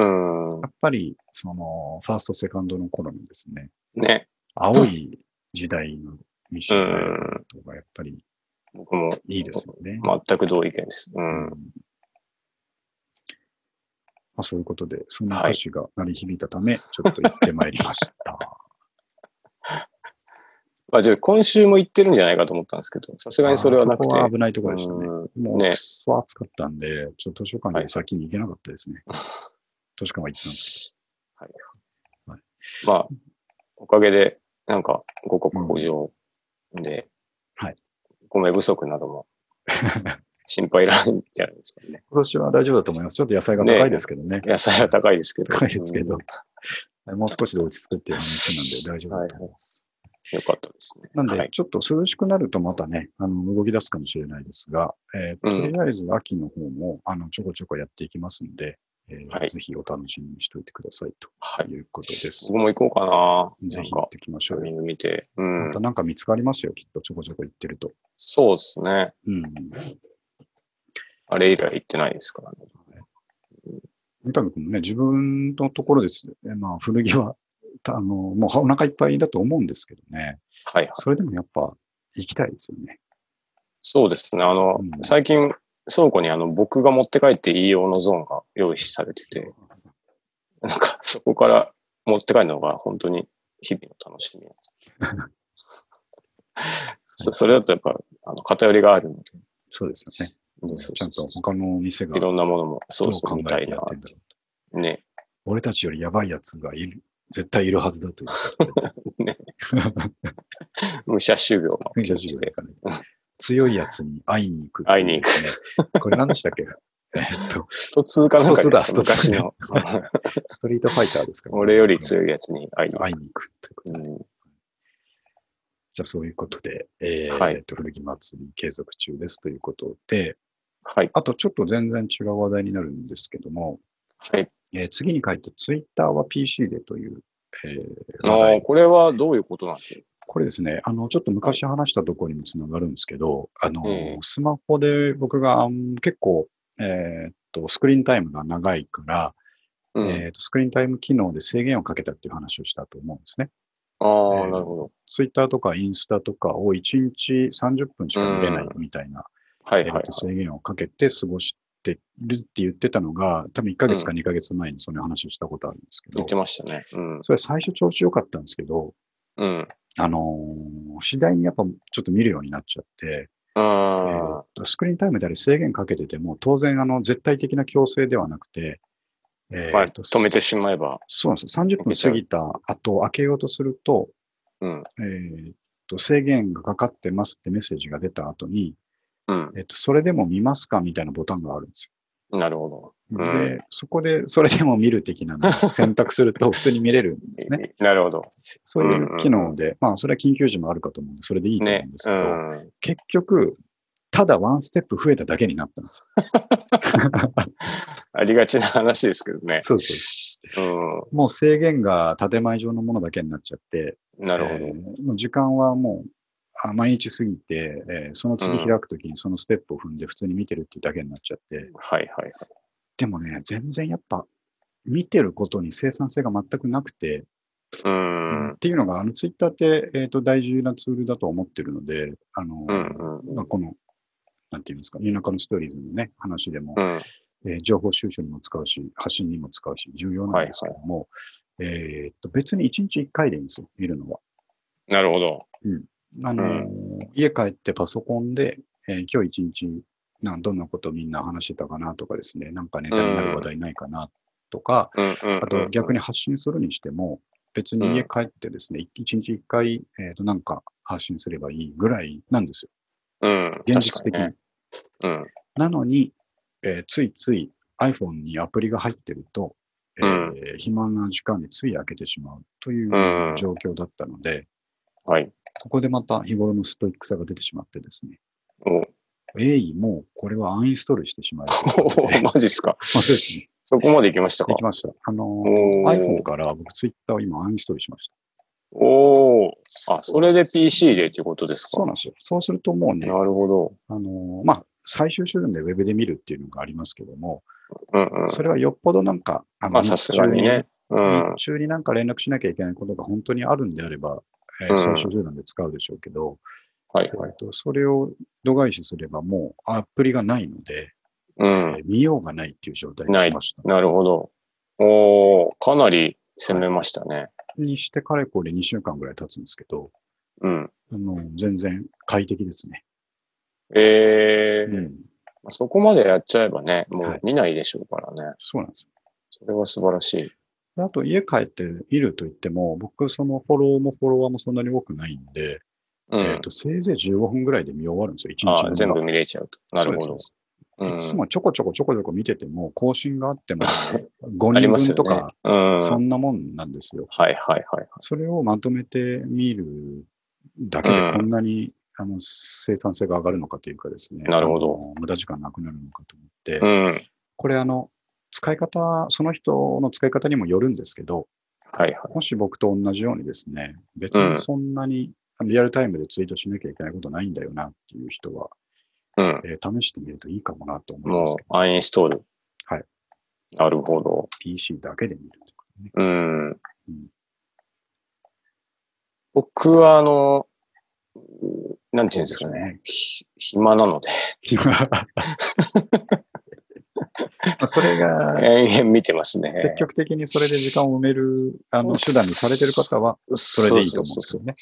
[SPEAKER 2] ん
[SPEAKER 1] や。っぱり、その、ファースト、セカンドの頃のですね、
[SPEAKER 2] ね。
[SPEAKER 1] 青い時代のミッショ
[SPEAKER 2] うん
[SPEAKER 1] ンとか、やっぱり
[SPEAKER 2] 僕も
[SPEAKER 1] いいですよね。
[SPEAKER 2] 全く同意見です。う。
[SPEAKER 1] うんまあ、そういうことで、その歌詞が鳴り響いたため、ちょっと行ってまいりました。
[SPEAKER 2] まあ、じゃあ今週も行ってるんじゃないかと思ったんですけ ど、さすがにそれはなくて
[SPEAKER 1] あーそこ。危ないところでしたね。
[SPEAKER 2] うん
[SPEAKER 1] もう、
[SPEAKER 2] ね
[SPEAKER 1] くっそ暑かったんで、ちょっと図書館
[SPEAKER 2] は
[SPEAKER 1] に
[SPEAKER 2] い
[SPEAKER 1] 先に行けなかったですね。図書館は行ったんです
[SPEAKER 2] まあ、おかげで、なんか、五穀豊穣で、
[SPEAKER 1] はい
[SPEAKER 2] 米不足な ども心配いらないんじゃないですかね。
[SPEAKER 1] 今年は大丈夫だと思います。ちょっと野菜が高いですけどね。
[SPEAKER 2] 野菜は高いですけど。
[SPEAKER 1] 高いですけど
[SPEAKER 2] うん、
[SPEAKER 1] もう少しで落ち着くっていう話 なんで大丈夫だと思います。
[SPEAKER 2] よかったですね。
[SPEAKER 1] なん
[SPEAKER 2] は
[SPEAKER 1] で、
[SPEAKER 2] い、
[SPEAKER 1] ちょっと涼しくなるとまたね、あの動き出すかもしれないですが、えー
[SPEAKER 2] うん
[SPEAKER 1] とりあえず秋の方もあのちょこちょこやっていきますので、えー
[SPEAKER 2] はい
[SPEAKER 1] ぜひお楽しみにしておいてください
[SPEAKER 2] は
[SPEAKER 1] と
[SPEAKER 2] い。
[SPEAKER 1] いうことです。
[SPEAKER 2] 僕も行こうかな。
[SPEAKER 1] ぜ
[SPEAKER 2] なん
[SPEAKER 1] ひ行っ
[SPEAKER 2] か、
[SPEAKER 1] てきまし
[SPEAKER 2] タ
[SPEAKER 1] ょう
[SPEAKER 2] イミ
[SPEAKER 1] よ。
[SPEAKER 2] ング見て。うん
[SPEAKER 1] また。なんか見つかりますよ、きっとちょこちょこ行ってると。
[SPEAKER 2] そうですね。
[SPEAKER 1] うん。
[SPEAKER 2] あれ以来行ってないですからね。
[SPEAKER 1] 三上君もね、自分のところです、ね、まあ、古着は、たあの、もうお腹いっぱいだと思うんですけどね。
[SPEAKER 2] はいはい。
[SPEAKER 1] それでもやっぱ、行きたいですよね。
[SPEAKER 2] そうですね。あの、
[SPEAKER 1] うん
[SPEAKER 2] 最近、倉庫にあの、僕が持って帰っていい用のゾーンが用意されてて、なんか、そこから持って帰るのが本当に日々の楽しみなんで す。そそれだとやっぱ、あの、偏りがあるので、
[SPEAKER 1] そうですよね。
[SPEAKER 2] うんそう
[SPEAKER 1] ちゃんと
[SPEAKER 2] そう
[SPEAKER 1] 他のお店が
[SPEAKER 2] い
[SPEAKER 1] ど
[SPEAKER 2] ろ
[SPEAKER 1] うん
[SPEAKER 2] なものも、そうそう、
[SPEAKER 1] 考
[SPEAKER 2] 見た
[SPEAKER 1] え
[SPEAKER 2] い
[SPEAKER 1] てや
[SPEAKER 2] な
[SPEAKER 1] ってん
[SPEAKER 2] っ
[SPEAKER 1] だろうと。
[SPEAKER 2] て。ね。
[SPEAKER 1] 俺たちよりやばいやつがいる、絶対いるはずだということです。
[SPEAKER 2] ね武者修行の。
[SPEAKER 1] 武者修行だからね強いやつに会いに行く、
[SPEAKER 2] 会いに行
[SPEAKER 1] く。これ何でしたっけ えっと、
[SPEAKER 2] スト2かなんか
[SPEAKER 1] ストツーだ
[SPEAKER 2] 昔の。
[SPEAKER 1] ストリートファイターですから、
[SPEAKER 2] 俺より
[SPEAKER 1] い。
[SPEAKER 2] 強いやつに会いに行
[SPEAKER 1] 会いに行くということで
[SPEAKER 2] く。うん
[SPEAKER 1] じゃあそういうことで、えー
[SPEAKER 2] はい
[SPEAKER 1] えっと古着祭り継続中ですということで、
[SPEAKER 2] はい。
[SPEAKER 1] あとちょっと全然違う話題になるんですけども、
[SPEAKER 2] はい。
[SPEAKER 1] えー次に書いて Twitter は PC でという、えー話
[SPEAKER 2] ああ、
[SPEAKER 1] 題。
[SPEAKER 2] これはどういうことなんで
[SPEAKER 1] これですね、あの、ちょっと昔話したところにもつながるんですけど、あの、
[SPEAKER 2] うん
[SPEAKER 1] スマホで僕があん結構、えーっと、スクリーンタイムが長いから、
[SPEAKER 2] うん。
[SPEAKER 1] えーっと、スクリーンタイム機能で制限をかけたっていう話をしたと思うんですね。え
[SPEAKER 2] ああ、
[SPEAKER 1] ー
[SPEAKER 2] なるほど。
[SPEAKER 1] Twitter とかインスタとかを1日30分しか見れないみたいな
[SPEAKER 2] はい
[SPEAKER 1] えーと
[SPEAKER 2] はいはい。
[SPEAKER 1] 制限をかけて過ごしてるって言ってたのが、多分1ヶ月か2ヶ月前にその話をしたことあるんですけど
[SPEAKER 2] 言っ、てましたね。うん。
[SPEAKER 1] それ最初調子良かったんですけど、
[SPEAKER 2] うん。
[SPEAKER 1] あのー次第にやっぱちょっと見るようになっちゃって、え
[SPEAKER 2] あ
[SPEAKER 1] ーとスクリーンタイムであれ制限かけてても、当然あの絶対的な強制ではなくて、え
[SPEAKER 2] あ、
[SPEAKER 1] ー
[SPEAKER 2] まあ、
[SPEAKER 1] と
[SPEAKER 2] 止めてしまえば。
[SPEAKER 1] そうなんですよ。30分過ぎた後、開けようとすると、
[SPEAKER 2] うん。
[SPEAKER 1] えーと制限がかかってますってメッセージが出た後に、
[SPEAKER 2] う
[SPEAKER 1] えーとそれでも見ますかみたいなボタンがあるんですよ
[SPEAKER 2] ん。なるほ
[SPEAKER 1] で、
[SPEAKER 2] うん
[SPEAKER 1] そこで、それでも見る的 なのを選択すると普通に見れるんです
[SPEAKER 2] ど。
[SPEAKER 1] ね。
[SPEAKER 2] なるほど。
[SPEAKER 1] そういう機能で、まあ、それは緊急時もあるかと思うんで、それでいいと思う
[SPEAKER 2] ね
[SPEAKER 1] んです。け
[SPEAKER 2] う
[SPEAKER 1] ど、
[SPEAKER 2] ん。
[SPEAKER 1] 結局、ただワンステップ増えただけになったんです
[SPEAKER 2] ありがちな話ですけどね
[SPEAKER 1] よ。。そうそうう。もう制限が建前上のものだけになっちゃって、
[SPEAKER 2] ん。なるほ
[SPEAKER 1] え
[SPEAKER 2] ど。
[SPEAKER 1] ーもう時間はもう、あ毎日過ぎて、えーその次
[SPEAKER 2] う
[SPEAKER 1] 開
[SPEAKER 2] ん
[SPEAKER 1] くときにそのステップを踏んで普通に見てるっていうだけになっちゃって、
[SPEAKER 2] はいはい。
[SPEAKER 1] でもね、全然やっぱ、見てることに生産性が全くなくて、
[SPEAKER 2] うん。うん
[SPEAKER 1] っていうのが、あの、ツイッターって、えっ、と、大事なツールだと思ってるので、あの、
[SPEAKER 2] うん。うん
[SPEAKER 1] まあ、この、なんていうんですか、夜中のストーリーズのね、話でも、
[SPEAKER 2] うん。
[SPEAKER 1] えー情報収集にも使うし、発信にも使うし、重要なんですけども、えっと、別に1日1回でいいんですよ、見るのは。
[SPEAKER 2] なるほど。
[SPEAKER 1] あの、
[SPEAKER 2] う
[SPEAKER 1] 家帰ってパソコンで、えー今日1日、なんどんなことみんな話してたかなとかですね、なんかネタになる話題ないかなとか、
[SPEAKER 2] うん。うん。
[SPEAKER 1] あと逆
[SPEAKER 2] に。
[SPEAKER 1] に発信するにしても、別に家帰ってですね、一日一回、えーと、なんか発信すればいいぐらいなんですよ。
[SPEAKER 2] うん。
[SPEAKER 1] 現実
[SPEAKER 2] 確
[SPEAKER 1] 的
[SPEAKER 2] か
[SPEAKER 1] に。
[SPEAKER 2] ねうん。
[SPEAKER 1] なのに、えーついつい iPhone にアプリが入ってると、えー暇な時間につい開けてしまうという
[SPEAKER 2] うん
[SPEAKER 1] 状況だったので、
[SPEAKER 2] はい。
[SPEAKER 1] そこでまた日頃のストイックさが出てしまってですね、
[SPEAKER 2] お
[SPEAKER 1] 鋭意もうこれはアンインストールしてしまえということで。
[SPEAKER 2] おマジっすか。
[SPEAKER 1] まあそうですね
[SPEAKER 2] そこまで行きましたか
[SPEAKER 1] でき。ました。あの
[SPEAKER 2] おー
[SPEAKER 1] iPhone から僕 Twitter を今アンインストールしました。
[SPEAKER 2] おお。あ、それで PC でっていうことです
[SPEAKER 1] そう
[SPEAKER 2] か。
[SPEAKER 1] なんですよ。そうするともうね、
[SPEAKER 2] なるほど。
[SPEAKER 1] あのまあ、最終手段でウェブで見るっていうのがありますけども、
[SPEAKER 2] うんうん。
[SPEAKER 1] それはよっぽどなんか、あの
[SPEAKER 2] まあ、さすがにね。。う
[SPEAKER 1] 日。中に
[SPEAKER 2] ん
[SPEAKER 1] 日中になんか連絡しなきゃいけないことが本当にあるんであれば、えー
[SPEAKER 2] うん
[SPEAKER 1] 最終手段で使うでしょうけど、
[SPEAKER 2] はい
[SPEAKER 1] え
[SPEAKER 2] はい。
[SPEAKER 1] ーとそれを度外視すればもうアプリがないので、え
[SPEAKER 2] うん。
[SPEAKER 1] ー見ようがないっていう状態に
[SPEAKER 2] ない
[SPEAKER 1] しました。
[SPEAKER 2] なるほど。おー、かなり攻めましたね。
[SPEAKER 1] にしてかれこれ2週間ぐらい経つんですけど、
[SPEAKER 2] うん。
[SPEAKER 1] あの全然快適ですね。
[SPEAKER 2] え
[SPEAKER 1] う
[SPEAKER 2] ー、
[SPEAKER 1] ん、
[SPEAKER 2] そこまでやっちゃえばね、も
[SPEAKER 1] はいう
[SPEAKER 2] 見ないでしょうからね。
[SPEAKER 1] そうなんですよ
[SPEAKER 2] それは素晴らしい。
[SPEAKER 1] であと家帰って見ると言っても、僕そのフォローもフォロワーもそんなに多くないんで、
[SPEAKER 2] う
[SPEAKER 1] えっ
[SPEAKER 2] ん。
[SPEAKER 1] とせいぜい15分ぐらいで見終わるんですよ、1日
[SPEAKER 2] あ
[SPEAKER 1] 分
[SPEAKER 2] あ、
[SPEAKER 1] が
[SPEAKER 2] 全部見れちゃうと。なる
[SPEAKER 1] そ
[SPEAKER 2] ほ
[SPEAKER 1] う
[SPEAKER 2] ど
[SPEAKER 1] で。す
[SPEAKER 2] う
[SPEAKER 1] い
[SPEAKER 2] ん。
[SPEAKER 1] つもちょこちょこちょこちょこ見てても、更新があって も
[SPEAKER 2] あ
[SPEAKER 1] 5
[SPEAKER 2] り
[SPEAKER 1] 人
[SPEAKER 2] ますよ
[SPEAKER 1] 分と
[SPEAKER 2] ね
[SPEAKER 1] か、。
[SPEAKER 2] うん。
[SPEAKER 1] そんなもんなんですよ。
[SPEAKER 2] はいはいはい。
[SPEAKER 1] それをまとめて見るだけで
[SPEAKER 2] うん
[SPEAKER 1] こんなに、あの生産性が上がるのかというかですね。
[SPEAKER 2] なるほど
[SPEAKER 1] あの。無駄時間なくなるのかと思って、
[SPEAKER 2] うん。はい
[SPEAKER 1] これあの、使い方、その人の使い方にもよるんですけど、
[SPEAKER 2] はい。
[SPEAKER 1] もし僕と同じようにですね、別にそんなにあのリアルタイムでツイートしなきゃいけないことないんだよなっていう人は、
[SPEAKER 2] うん。
[SPEAKER 1] えー試してみるといいかもなと思い
[SPEAKER 2] も
[SPEAKER 1] ま
[SPEAKER 2] う
[SPEAKER 1] すけど、
[SPEAKER 2] アインストール。
[SPEAKER 1] はい。
[SPEAKER 2] なるほど。
[SPEAKER 1] PC だけで見るとかね。
[SPEAKER 2] うん。僕は、あの、なんていうんですかね。ひ暇なので、
[SPEAKER 1] まあ それが、
[SPEAKER 2] 延々見てますね。
[SPEAKER 1] 積極的にそれで時間を埋める、あの、手段にされてる方は、それでいいと思うん
[SPEAKER 2] そ
[SPEAKER 1] です
[SPEAKER 2] そ
[SPEAKER 1] よね。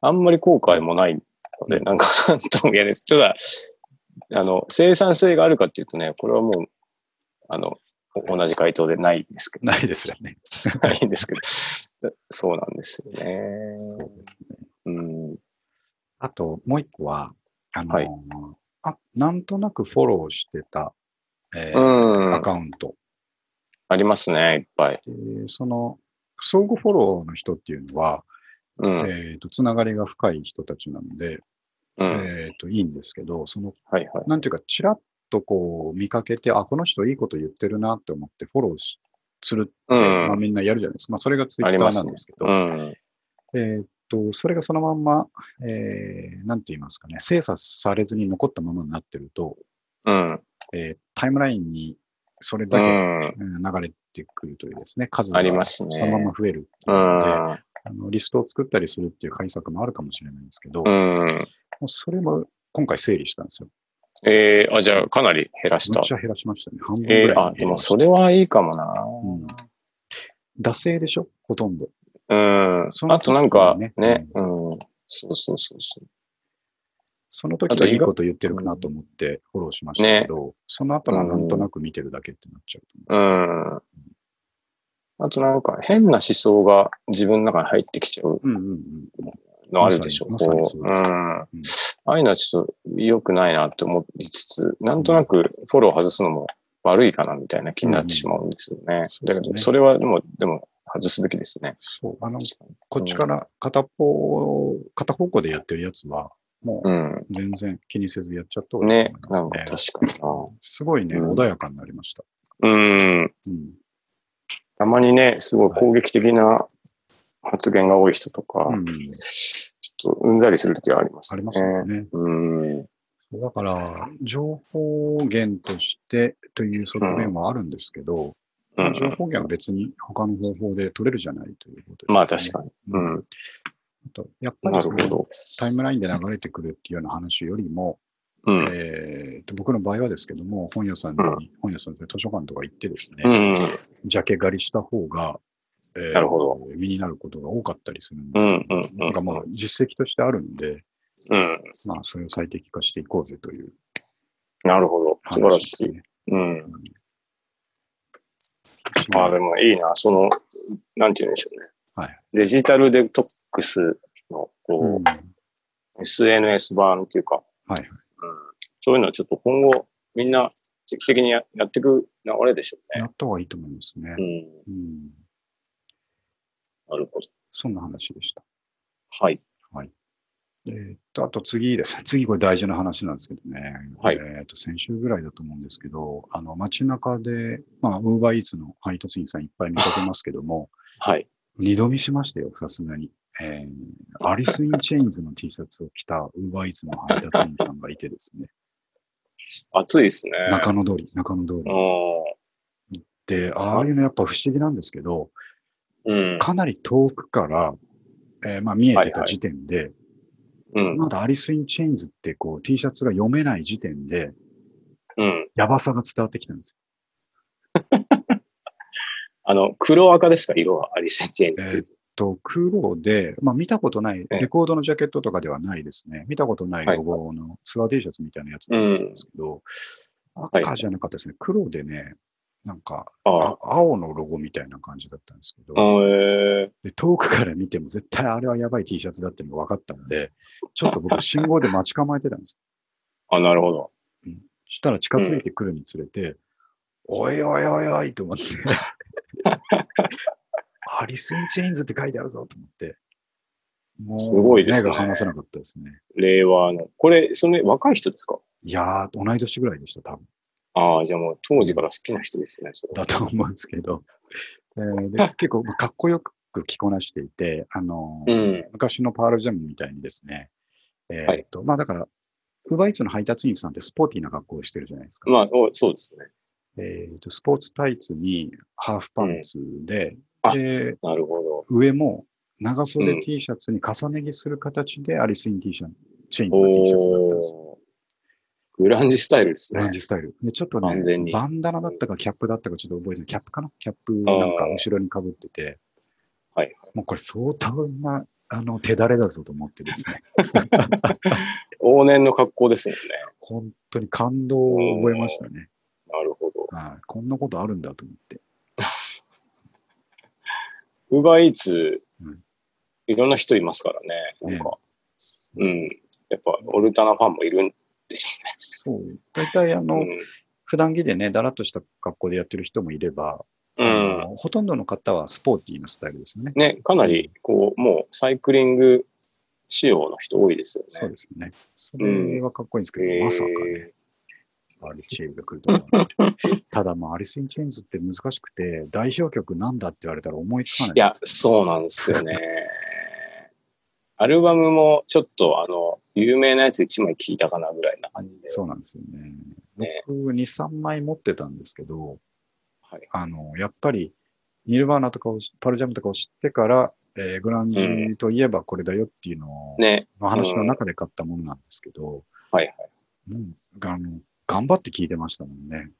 [SPEAKER 2] あんまり後悔もないので、
[SPEAKER 1] うん
[SPEAKER 2] なんか、なんとも言えないです。ただ、あの、生産性があるかっていうとね、これはもう、あの、お同じ回答でないですけど、
[SPEAKER 1] ないですよね。
[SPEAKER 2] ないんですけど、そうなんですよね。
[SPEAKER 1] そうですね。
[SPEAKER 2] うん。
[SPEAKER 1] あと、もう一個は、あの、
[SPEAKER 2] はい
[SPEAKER 1] あ、なんとなくフォローしてた、えー
[SPEAKER 2] うん
[SPEAKER 1] アカウント。
[SPEAKER 2] ありますね、いっぱい。
[SPEAKER 1] でその、相互フォローの人っていうのは、
[SPEAKER 2] うん。
[SPEAKER 1] えっ、と、つながりが深い人たちなので、
[SPEAKER 2] うん。
[SPEAKER 1] えっ、と、いいんですけど、その、
[SPEAKER 2] はいはい。
[SPEAKER 1] なんていうか、ちらっとこう見かけて、あ、この人いいこと言ってるなって思ってフォローしするって、
[SPEAKER 2] うん
[SPEAKER 1] まあみんなやるじゃないですか。まあそれがツイッ
[SPEAKER 2] あ
[SPEAKER 1] ター
[SPEAKER 2] りま
[SPEAKER 1] な
[SPEAKER 2] す
[SPEAKER 1] ん
[SPEAKER 2] ね
[SPEAKER 1] ですけど、
[SPEAKER 2] うん。
[SPEAKER 1] えーっと、それがそのまんま、えー、なんて言いますかね、精査されずに残ったままになってると、
[SPEAKER 2] うん。
[SPEAKER 1] えータイムラインにそれだけ、
[SPEAKER 2] うん。
[SPEAKER 1] うん流れてくるというですね、数が
[SPEAKER 2] ありますね
[SPEAKER 1] そのまま増えるって
[SPEAKER 2] う
[SPEAKER 1] いうので、あ
[SPEAKER 2] ん。
[SPEAKER 1] のリストを作ったりするっていう解策もあるかもしれないんですけど、
[SPEAKER 2] う
[SPEAKER 1] も
[SPEAKER 2] ん。
[SPEAKER 1] うそれも今回整理したんですよ。
[SPEAKER 2] えー、あ、じゃあ、かなり減らし
[SPEAKER 1] め
[SPEAKER 2] た
[SPEAKER 1] っ。ちゃ減らしましたね。半分ぐらい
[SPEAKER 2] え
[SPEAKER 1] に
[SPEAKER 2] ー、あ、
[SPEAKER 1] 減り
[SPEAKER 2] で
[SPEAKER 1] ま
[SPEAKER 2] も
[SPEAKER 1] した
[SPEAKER 2] それはいいかもな。
[SPEAKER 1] うん惰性でしょほとんど。
[SPEAKER 2] うん。
[SPEAKER 1] その
[SPEAKER 2] あとなんか
[SPEAKER 1] 時に
[SPEAKER 2] ね、
[SPEAKER 1] ね
[SPEAKER 2] うん。そうそうそうそ
[SPEAKER 1] その
[SPEAKER 2] あ
[SPEAKER 1] 時
[SPEAKER 2] と
[SPEAKER 1] はい
[SPEAKER 2] 意
[SPEAKER 1] い
[SPEAKER 2] 外
[SPEAKER 1] こと言ってるなと思ってフォローしましたけど、その後はなんとなく見てるだけってなっちゃうと思
[SPEAKER 2] う。うん。あとなんか変な思想が自分の中に入ってきちゃ
[SPEAKER 1] う。
[SPEAKER 2] う
[SPEAKER 1] うんうんうん。
[SPEAKER 2] のあるでしょ。
[SPEAKER 1] まさに
[SPEAKER 2] こう。う
[SPEAKER 1] まさに
[SPEAKER 2] ん。あ
[SPEAKER 1] うです
[SPEAKER 2] あいうのはちょっと良くないなって思いつつ、なんとなくフォロー外すのも悪いかなみたいな気になってしまうんですよね。
[SPEAKER 1] うん
[SPEAKER 2] だ
[SPEAKER 1] そうで
[SPEAKER 2] け
[SPEAKER 1] す
[SPEAKER 2] ど、
[SPEAKER 1] ね
[SPEAKER 2] それはでも、でも外すべきですね。
[SPEAKER 1] そう、あの、こっちから片方、片方向でやってるやつは、もう
[SPEAKER 2] う
[SPEAKER 1] 全然気にせずやっちゃった方
[SPEAKER 2] ん。
[SPEAKER 1] がいい
[SPEAKER 2] ね。
[SPEAKER 1] と
[SPEAKER 2] な
[SPEAKER 1] 思い
[SPEAKER 2] んか
[SPEAKER 1] ますね。
[SPEAKER 2] 確かにな。
[SPEAKER 1] すごいね、
[SPEAKER 2] うん
[SPEAKER 1] 穏やかになりました。
[SPEAKER 2] うん。
[SPEAKER 1] うん。
[SPEAKER 2] たまにね、すごい攻撃的な発言が多い人とか、
[SPEAKER 1] うん、
[SPEAKER 2] ちょっとうんざりするときはあります
[SPEAKER 1] あ
[SPEAKER 2] ね。
[SPEAKER 1] りますよね。
[SPEAKER 2] うん。
[SPEAKER 1] だから、情報源としてという側面はあるんですけど、
[SPEAKER 2] う
[SPEAKER 1] 情
[SPEAKER 2] ん。
[SPEAKER 1] 報源は別に他の方法で取れるじゃないということです、
[SPEAKER 2] まあ確かに。
[SPEAKER 1] に
[SPEAKER 2] うん。
[SPEAKER 1] やっぱり
[SPEAKER 2] なる
[SPEAKER 1] そ
[SPEAKER 2] ほ
[SPEAKER 1] の
[SPEAKER 2] ど。
[SPEAKER 1] タイムラインで流れてくるっていうような話よりも、
[SPEAKER 2] うん。
[SPEAKER 1] えーと僕の場合はですけども、本屋さんに、
[SPEAKER 2] うん
[SPEAKER 1] 本屋さんで図書館とか行ってです
[SPEAKER 2] う
[SPEAKER 1] ね、
[SPEAKER 2] ん。
[SPEAKER 1] ジャケ狩りした方が、えー
[SPEAKER 2] なるほど
[SPEAKER 1] 身になることが多かったりするん
[SPEAKER 2] う
[SPEAKER 1] で、
[SPEAKER 2] ん。うん。
[SPEAKER 1] なんかまあ実績としてあるんで、
[SPEAKER 2] うん。
[SPEAKER 1] まあそれを最適化していこうぜという
[SPEAKER 2] なるほど。素晴ら
[SPEAKER 1] 話で
[SPEAKER 2] し
[SPEAKER 1] す
[SPEAKER 2] い。
[SPEAKER 1] ね。
[SPEAKER 2] うん。
[SPEAKER 1] うん
[SPEAKER 2] まあでもいいな。その、なんて言うんでしょうね。
[SPEAKER 1] はい。
[SPEAKER 2] デジタルデトックスの、
[SPEAKER 1] うん
[SPEAKER 2] こ
[SPEAKER 1] は
[SPEAKER 2] う、SNS 版っていうか、
[SPEAKER 1] い。
[SPEAKER 2] うんそういうのはちょっと今後、みんな定期的にややっていく流れでしょう
[SPEAKER 1] や
[SPEAKER 2] ね。
[SPEAKER 1] った方がいいと思いますねう
[SPEAKER 2] う。ん。
[SPEAKER 1] ん。
[SPEAKER 2] なるほど。
[SPEAKER 1] そんな話でした。
[SPEAKER 2] はい。
[SPEAKER 1] えーっと、あと次ですね。次これ大事な話なんですけどね。
[SPEAKER 2] はい
[SPEAKER 1] えーっと、先週ぐらいだと思うんですけど、あの、街中で、まあ、ウーバーイーツの配達員さんいっぱい見かけますけど も、
[SPEAKER 2] はい。
[SPEAKER 1] 二度見しましたよ、さすがに。えーアリス・イン・チェインズの T シャツを着たウーバーイーツの配達員さんがいてです ね、
[SPEAKER 2] 暑いですね。
[SPEAKER 1] 中野通り、中野通り。で、ああいうのやっぱ不思議なんですけど、
[SPEAKER 2] うん。
[SPEAKER 1] かなり遠くから、えーまあ見えて
[SPEAKER 2] はい
[SPEAKER 1] た
[SPEAKER 2] はい
[SPEAKER 1] 時点で、
[SPEAKER 2] うん。
[SPEAKER 1] まだアリス・イン・チェインズってこう T シャツが読めない時点で、
[SPEAKER 2] うん。
[SPEAKER 1] やばさが伝わってきたんです
[SPEAKER 2] あの、黒赤ですか色はアリセンチェーンズっていうと。
[SPEAKER 1] よ。と黒で、まあ、見たことない、
[SPEAKER 2] ええ
[SPEAKER 1] レコードのジャケットとかではないですね。見たことない
[SPEAKER 2] はい
[SPEAKER 1] ロゴのスワー T シャツみたいなやつ
[SPEAKER 2] う
[SPEAKER 1] なん
[SPEAKER 2] ん
[SPEAKER 1] で。すけど、
[SPEAKER 2] い
[SPEAKER 1] 赤じゃなかったですね。黒でね、なんか、
[SPEAKER 2] あ
[SPEAKER 1] あ
[SPEAKER 2] あ。
[SPEAKER 1] 青のロゴみたいな感じだったんですけど、
[SPEAKER 2] えー、
[SPEAKER 1] で遠くから見ても絶対あれはやばい T シャツだっていうのが分かったので、ちょっと僕信号で待ち構えてたんですよ。
[SPEAKER 2] あ、なるほど。
[SPEAKER 1] したら近づいてくるにつれて、おいおいおいおいと思 って、アリス・イン・チェインズって書いてあるぞと思って、も
[SPEAKER 2] すごいです
[SPEAKER 1] 目
[SPEAKER 2] ね
[SPEAKER 1] が離せなかったですね。
[SPEAKER 2] 令和の。これ、その若い人ですか
[SPEAKER 1] いやー、同い年ぐらいでした、多分。
[SPEAKER 2] ああ、じゃあもう当時から好きな人ですね。それ
[SPEAKER 1] だと思うんですけど。えー で結構、まあかっこよく着こなしていて、あのー
[SPEAKER 2] うん。
[SPEAKER 1] 昔のパールジャムみたいにですね、え
[SPEAKER 2] はい
[SPEAKER 1] ーっと、まあだから、ウーバーイーツの配達員さんってスポーティーな格好をしてるじゃないですか。
[SPEAKER 2] まあ、おそうですね。
[SPEAKER 1] えーっと、スポーツタイツにハーフパンツで、
[SPEAKER 2] うんあ
[SPEAKER 1] で、
[SPEAKER 2] なるほ
[SPEAKER 1] 上も長
[SPEAKER 2] う
[SPEAKER 1] 袖
[SPEAKER 2] ん
[SPEAKER 1] T シャツに重ね着する形でアリス・イン T シャツ、チェイン
[SPEAKER 2] ど。
[SPEAKER 1] ズの T シャツだったんですよ。
[SPEAKER 2] おーグランジスタイルです
[SPEAKER 1] オレ
[SPEAKER 2] ね
[SPEAKER 1] ン。ジスタイル。で、ちょっと
[SPEAKER 2] 完全
[SPEAKER 1] ね
[SPEAKER 2] に、
[SPEAKER 1] バンダナだったかキャップだったかちょっと覚えてない。キャップかなキャップなんか
[SPEAKER 2] あー
[SPEAKER 1] 後ろにかぶってて、
[SPEAKER 2] はい。
[SPEAKER 1] もうこれ相当な、あの、手だれだぞと思ってですね。
[SPEAKER 2] 往年の格好ですもんね。
[SPEAKER 1] 本当に感動を覚えましたね。
[SPEAKER 2] なるほど。
[SPEAKER 1] はい。こんなことあるんだと思って。
[SPEAKER 2] ウーバーイーツ
[SPEAKER 1] うん、
[SPEAKER 2] いろんな人いますからね。なんか、うん。やっぱ、オルタナファンもいるんでし
[SPEAKER 1] そう。大体あ
[SPEAKER 2] ょ
[SPEAKER 1] の、
[SPEAKER 2] うね。
[SPEAKER 1] 普段着でね、だらっとした格好でやってる人もいれば、
[SPEAKER 2] う
[SPEAKER 1] あ
[SPEAKER 2] ん。うん。
[SPEAKER 1] のほとんどの方はスポーティーなスタイルですよね。
[SPEAKER 2] ね、かなり、こう、もう、サイクリング仕様の人多いですよ
[SPEAKER 1] そう
[SPEAKER 2] ね。
[SPEAKER 1] ですよね。それはかっこいいんですけど、まさかね、アリチェーンが来ると は思わなかった。ただ、まあ、アリス・イン・チェーンズって難しくて、代表曲なんだって言われたら思いつかない
[SPEAKER 2] いや
[SPEAKER 1] で、す
[SPEAKER 2] そうなんですよね。 アルバムもちょっとあの、有名なやつ1枚聞いたかなぐらいな感じで。
[SPEAKER 1] そうなんですよね。
[SPEAKER 2] ね
[SPEAKER 1] 僕、2、3枚持ってたんですけど、
[SPEAKER 2] はい
[SPEAKER 1] あの、やっぱり、ニルバーナとかを知、パルジャムとかを知ってから、えーグランジといえばこれだよっていうのを、
[SPEAKER 2] ね。
[SPEAKER 1] の話の中で買ったものなんですけど、
[SPEAKER 2] はいはい。
[SPEAKER 1] もうあの頑張って聞いてましたもんね。